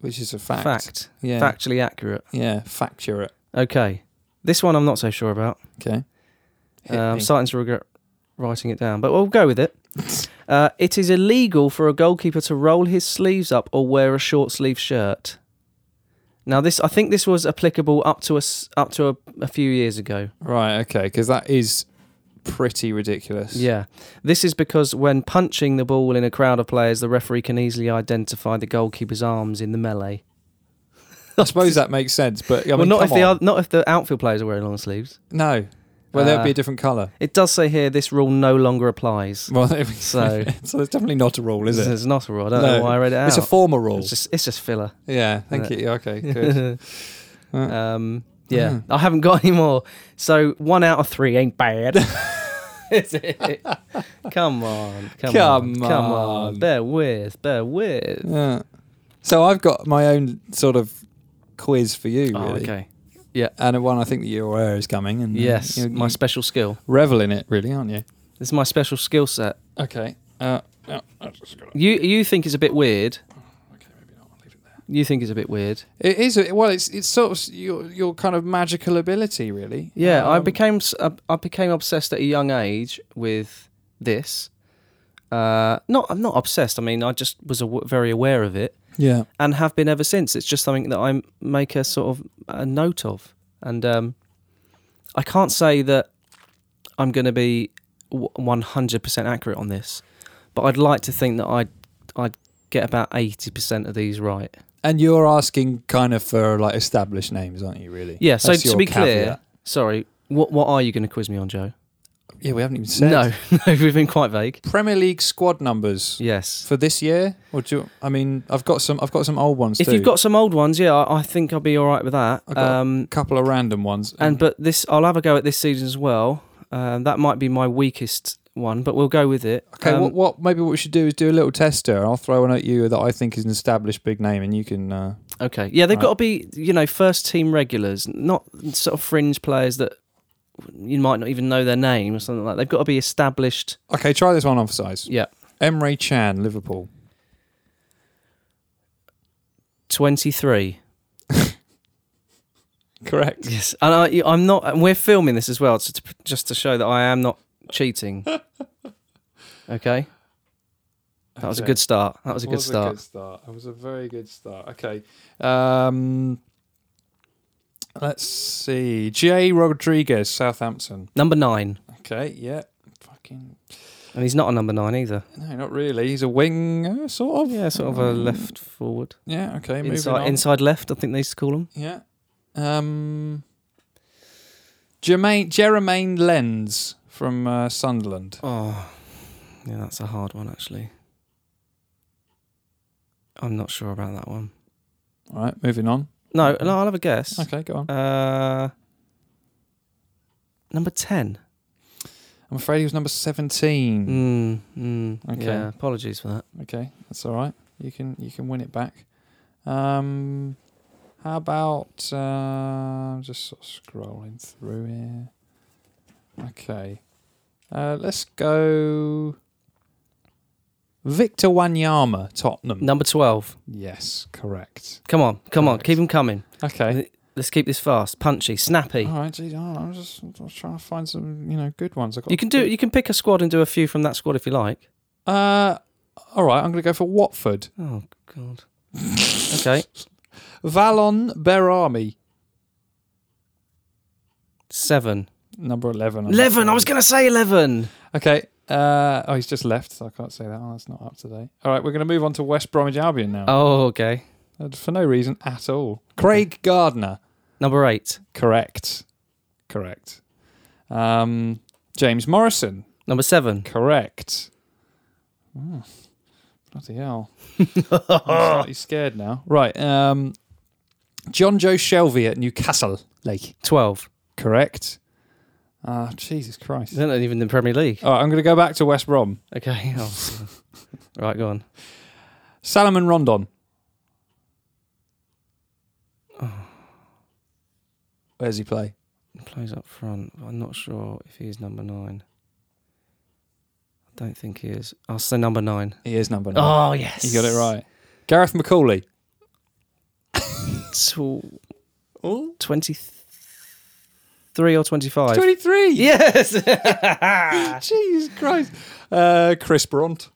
S1: which is a fact.
S2: Fact.
S1: Yeah,
S2: Factually accurate.
S1: yeah, facture it.
S2: Okay. This one I'm not so sure about.
S1: Okay.
S2: Uh,
S1: Hit
S2: I'm
S1: me.
S2: starting to regret writing it down, but we'll go with it. Uh, it is illegal for a goalkeeper to roll his sleeves up or wear a short sleeve shirt. Now, this I think this was applicable up to us up to a, a few years ago.
S1: Right. Okay. Because that is pretty ridiculous.
S2: Yeah, this is because when punching the ball in a crowd of players, the referee can easily identify the goalkeeper's arms in the melee.
S1: I suppose that makes sense, but I mean,
S2: well, not
S1: come
S2: if the
S1: on.
S2: oth- not if the outfield players are wearing long sleeves.
S1: No. Well, there'd be
S2: Uh,
S1: a different colour.
S2: It does say here this rule no longer applies.
S1: Well, there we-
S2: so-
S1: so it's definitely not a rule, is
S2: This
S1: it?
S2: is not a rule. I don't
S1: No,
S2: know why I read it out.
S1: It's a formal rule.
S2: It's just it's just filler.
S1: yeah. Thank
S2: isn't
S1: you. Okay. Good.
S2: um,
S1: oh,
S2: yeah, I haven't got any more. So one out of three ain't bad. Is it? Come on, come, on,
S1: Come
S2: come on.
S1: on.
S2: Bear with, bear with.
S1: yeah. So I've got my own sort of quiz for you, really.
S2: Oh, okay.
S1: And one I think that you're aware is coming. And uh,
S2: Yes,
S1: you,
S2: my
S1: you
S2: special skill.
S1: revel in it, really, aren't you?
S2: This is my special skill set.
S1: Okay. Uh, no, I just gotta-
S2: You you think it's a bit weird. You think it's a bit weird.
S1: it is a- well. It's it's sort of s- your your kind of magical ability, really.
S2: Yeah, I
S1: Um,
S2: became s- I I became obsessed at a young age with this. Uh, not I'm not obsessed. I mean, I just was aw- very aware of it
S1: Yeah.
S2: and have been ever since. It's just something that I m- make a sort of a note of, and um, I can't say that I'm going to be w- 100% accurate on this, but I'd like to think that I I'd get about 80% of these right.
S1: And you're asking kind of for like established names, aren't you? Really?
S2: Yeah. So
S1: That's
S2: to
S1: your
S2: be
S1: caveat.
S2: clear, sorry. What what are you going to quiz me on, Joe?
S1: Yeah, we haven't even said.
S2: No, no, we've been quite vague.
S1: Premier League squad numbers
S2: Yes.
S1: for this year. Or do you, I mean, I've got some. I've got some old ones.
S2: If
S1: too.
S2: you've got some old ones, yeah, I, I think I'll be all right with that.
S1: I've got-
S2: Um,
S1: a couple of random ones,
S2: and but this, I'll have a go at this season as well. Um, that might be my weakest one, but we'll go with it.
S1: okay,
S2: Um,
S1: what, what maybe what we should do is do a little tester. and I'll throw one at you that I think is an established big name, and you can. Uh,
S2: Okay. Yeah, they've
S1: Right.
S2: got to be, you know, first team regulars, not sort of fringe players that you might not even know their name or something like that. They've got to be established.
S1: okay, try this one on for size.
S2: Yeah.
S1: Emre Chan, Liverpool.
S2: 23.
S1: Correct.
S2: Yes. And I, I'm not, and we're filming this as well, so to, just to show that I am not cheating. okay. That was a good start. That was a good start.
S1: start. It was a very good start. Okay. Um, let's see. J. Rodriguez, Southampton.
S2: Number nine.
S1: Okay. Yeah. Fucking.
S2: And he's not a number nine either. Um,
S1: No, not really. He's a winger, sort of.
S2: Yeah, sort of a left forward.
S1: Yeah. Okay. Moving
S2: Inside,
S1: on.
S2: inside left, I think they used to call him.
S1: Yeah. Um. Jermaine Jermaine Lenz from uh, Sunderland.
S2: Oh, yeah, that's a hard one actually. I'm not sure about that one.
S1: All right. Moving on.
S2: No, no I'll have a guess.
S1: Okay. Go on.
S2: Uh, number ten.
S1: I'm afraid he was number seventeen.
S2: Mm, mm,
S1: Okay.
S2: Yeah, apologies for that.
S1: Okay, that's all right. You can you can win it back. Um, how about uh, I'm just sort of scrolling through here. Okay, uh, let's go. Victor Wanyama, Tottenham.
S2: Number twelve.
S1: Yes, correct.
S2: Come on, come on,
S1: Correct.
S2: keep him coming.
S1: Okay.
S2: Let's keep this fast, punchy, snappy.
S1: All right, geez, all right, I'm just I'm just trying to find some you know good ones. I got
S2: You can do. You can pick a squad and do a few from that squad if you like.
S1: Uh, all right, I'm going to go for Watford.
S2: Oh God. okay,
S1: Valon Berami,
S2: seven.
S1: number eleven. I'm
S2: Eleven. I
S1: afraid.
S2: was gonna say eleven.
S1: Okay. Uh, oh, he's just left, so I can't say that. Oh, that's not up to date. All right, we're going to move on to West Bromwich Albion now.
S2: Oh, okay.
S1: Uh, For no reason at all. Craig Gardner.
S2: Number eight.
S1: Correct. Correct. Um, James Morrison.
S2: Number seven.
S1: Correct. Oh, bloody hell. I'm slightly scared now. Right. Um, John Joe Shelby at Newcastle Lake.
S2: Twelve.
S1: Correct. Ah, Jesus Christ.
S2: They're not even in the Premier League.
S1: All right, I'm going to go back to West Brom.
S2: Okay. Oh. right, go on.
S1: Salomon Rondon. Where does he play?
S2: He plays up front. but I'm not sure if he is number nine. I don't think he is. I'll say number nine.
S1: He is number nine.
S2: Oh, yes.
S1: Ah, You got it right. Gareth McCauley.
S2: Tw-
S1: Oh,
S2: 23 or 25.
S1: 23.
S2: Yes.
S1: Jesus Christ. Uh, Chris Brunt.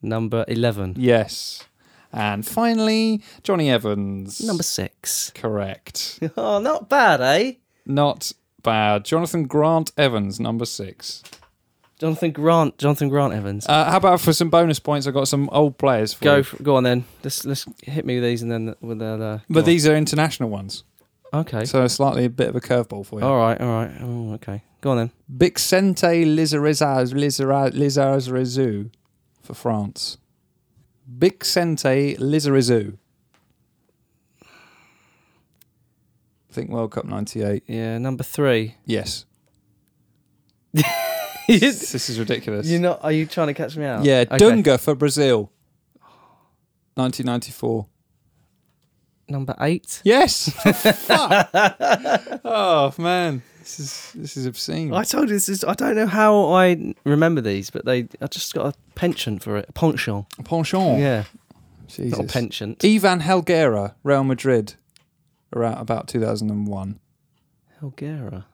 S2: number 11.
S1: Yes. And finally, Johnny Evans.
S2: Number six.
S1: Correct.
S2: Oh, not bad, eh?
S1: Not bad. Jonathan Grant Evans, number six.
S2: Jonathan Grant. Jonathan Grant Evans.
S1: Uh, how about for some bonus points? I've got some old players for
S2: go,
S1: you.
S2: f go on then. Let's let's hit me with these and then with the. Uh,
S1: But
S2: go
S1: these are international ones.
S2: on. okay.
S1: So slightly a bit of a curveball for you.
S2: All right, all right. Oh, okay. Go on then.
S1: Bixente Lizarizaz Lizarazu for France. Bixente Lizarazu. I think World Cup 98.
S2: Yeah, number three.
S1: Yes.
S2: you
S1: This is ridiculous.
S2: not? Are you trying to catch me out?
S1: yeah,
S2: Okay.
S1: Dunga for Brazil. 1994.
S2: Number eight.
S1: Yes. Fuck. Oh man, this is this is obscene.
S2: I told you this is. I don't know how I remember these, but they. I just got a penchant for it. A penchant.
S1: Penchant.
S2: Yeah,
S1: Oh, Jesus.
S2: not a penchant.
S1: Ivan Helguera, Real Madrid, around about 2001.
S2: Helguera.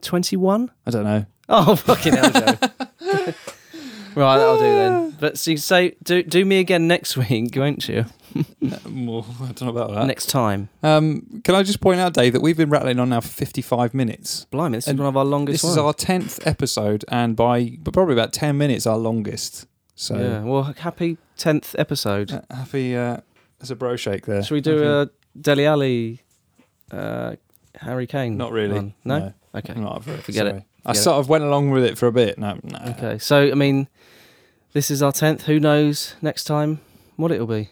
S2: Twenty-one.
S1: I don't know.
S2: Oh fucking hell, Joe. right, that'll do then. But so you say, do do me again next week, won't you? Hmm.
S1: Well, Uh, I don't know about that.
S2: Next time.
S1: Um, can I just point out, Dave, that we've been rattling on now for 55 minutes.
S2: Blimey, this is
S1: And
S2: one of our longest
S1: This is
S2: ones.
S1: our 10th episode, and by but probably about 10 minutes, our longest. So
S2: Yeah, well, happy 10th episode.
S1: uh, happy uh, as a bro shake there.
S2: Should we do
S1: Happy-
S2: a Deli Alley uh, Harry Kane?
S1: Not really.
S2: one? No.
S1: No.
S2: Okay.
S1: I'm not up for it.
S2: Forget it.
S1: sorry. I
S2: Forget it.
S1: sort of went along with it for a bit. No, no.
S2: Okay. So I mean, this is our tenth. Who knows next time what it'll be?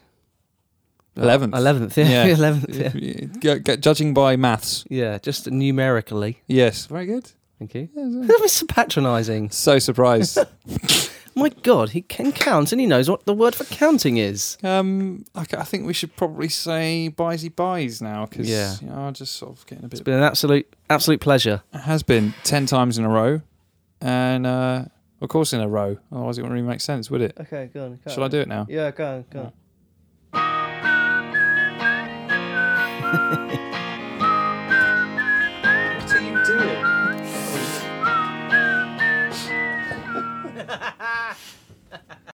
S2: Uh,
S1: 11th.
S2: Eleventh. Yeah.
S1: Yeah.
S2: Eleventh. Yeah.
S1: Go- go- judging by maths.
S2: Yeah. Just numerically.
S1: Yes. Very good.
S2: Thank you.
S1: Yeah, so-
S2: That was so patronising.
S1: So surprised.
S2: My God, he can count and he knows what the word for counting is.
S1: um, I, c- I think we should probably say buysy buys now because
S2: Yeah.
S1: you know, I'm just sort of getting a
S2: It's
S1: bit.
S2: been an absolute, absolute pleasure.
S1: It has been 10 times in a row. And uh, of course, in a row. Otherwise, it wouldn't really make sense, would it?
S2: Okay, go on.
S1: Should I do it now?
S2: Yeah, go on, go on.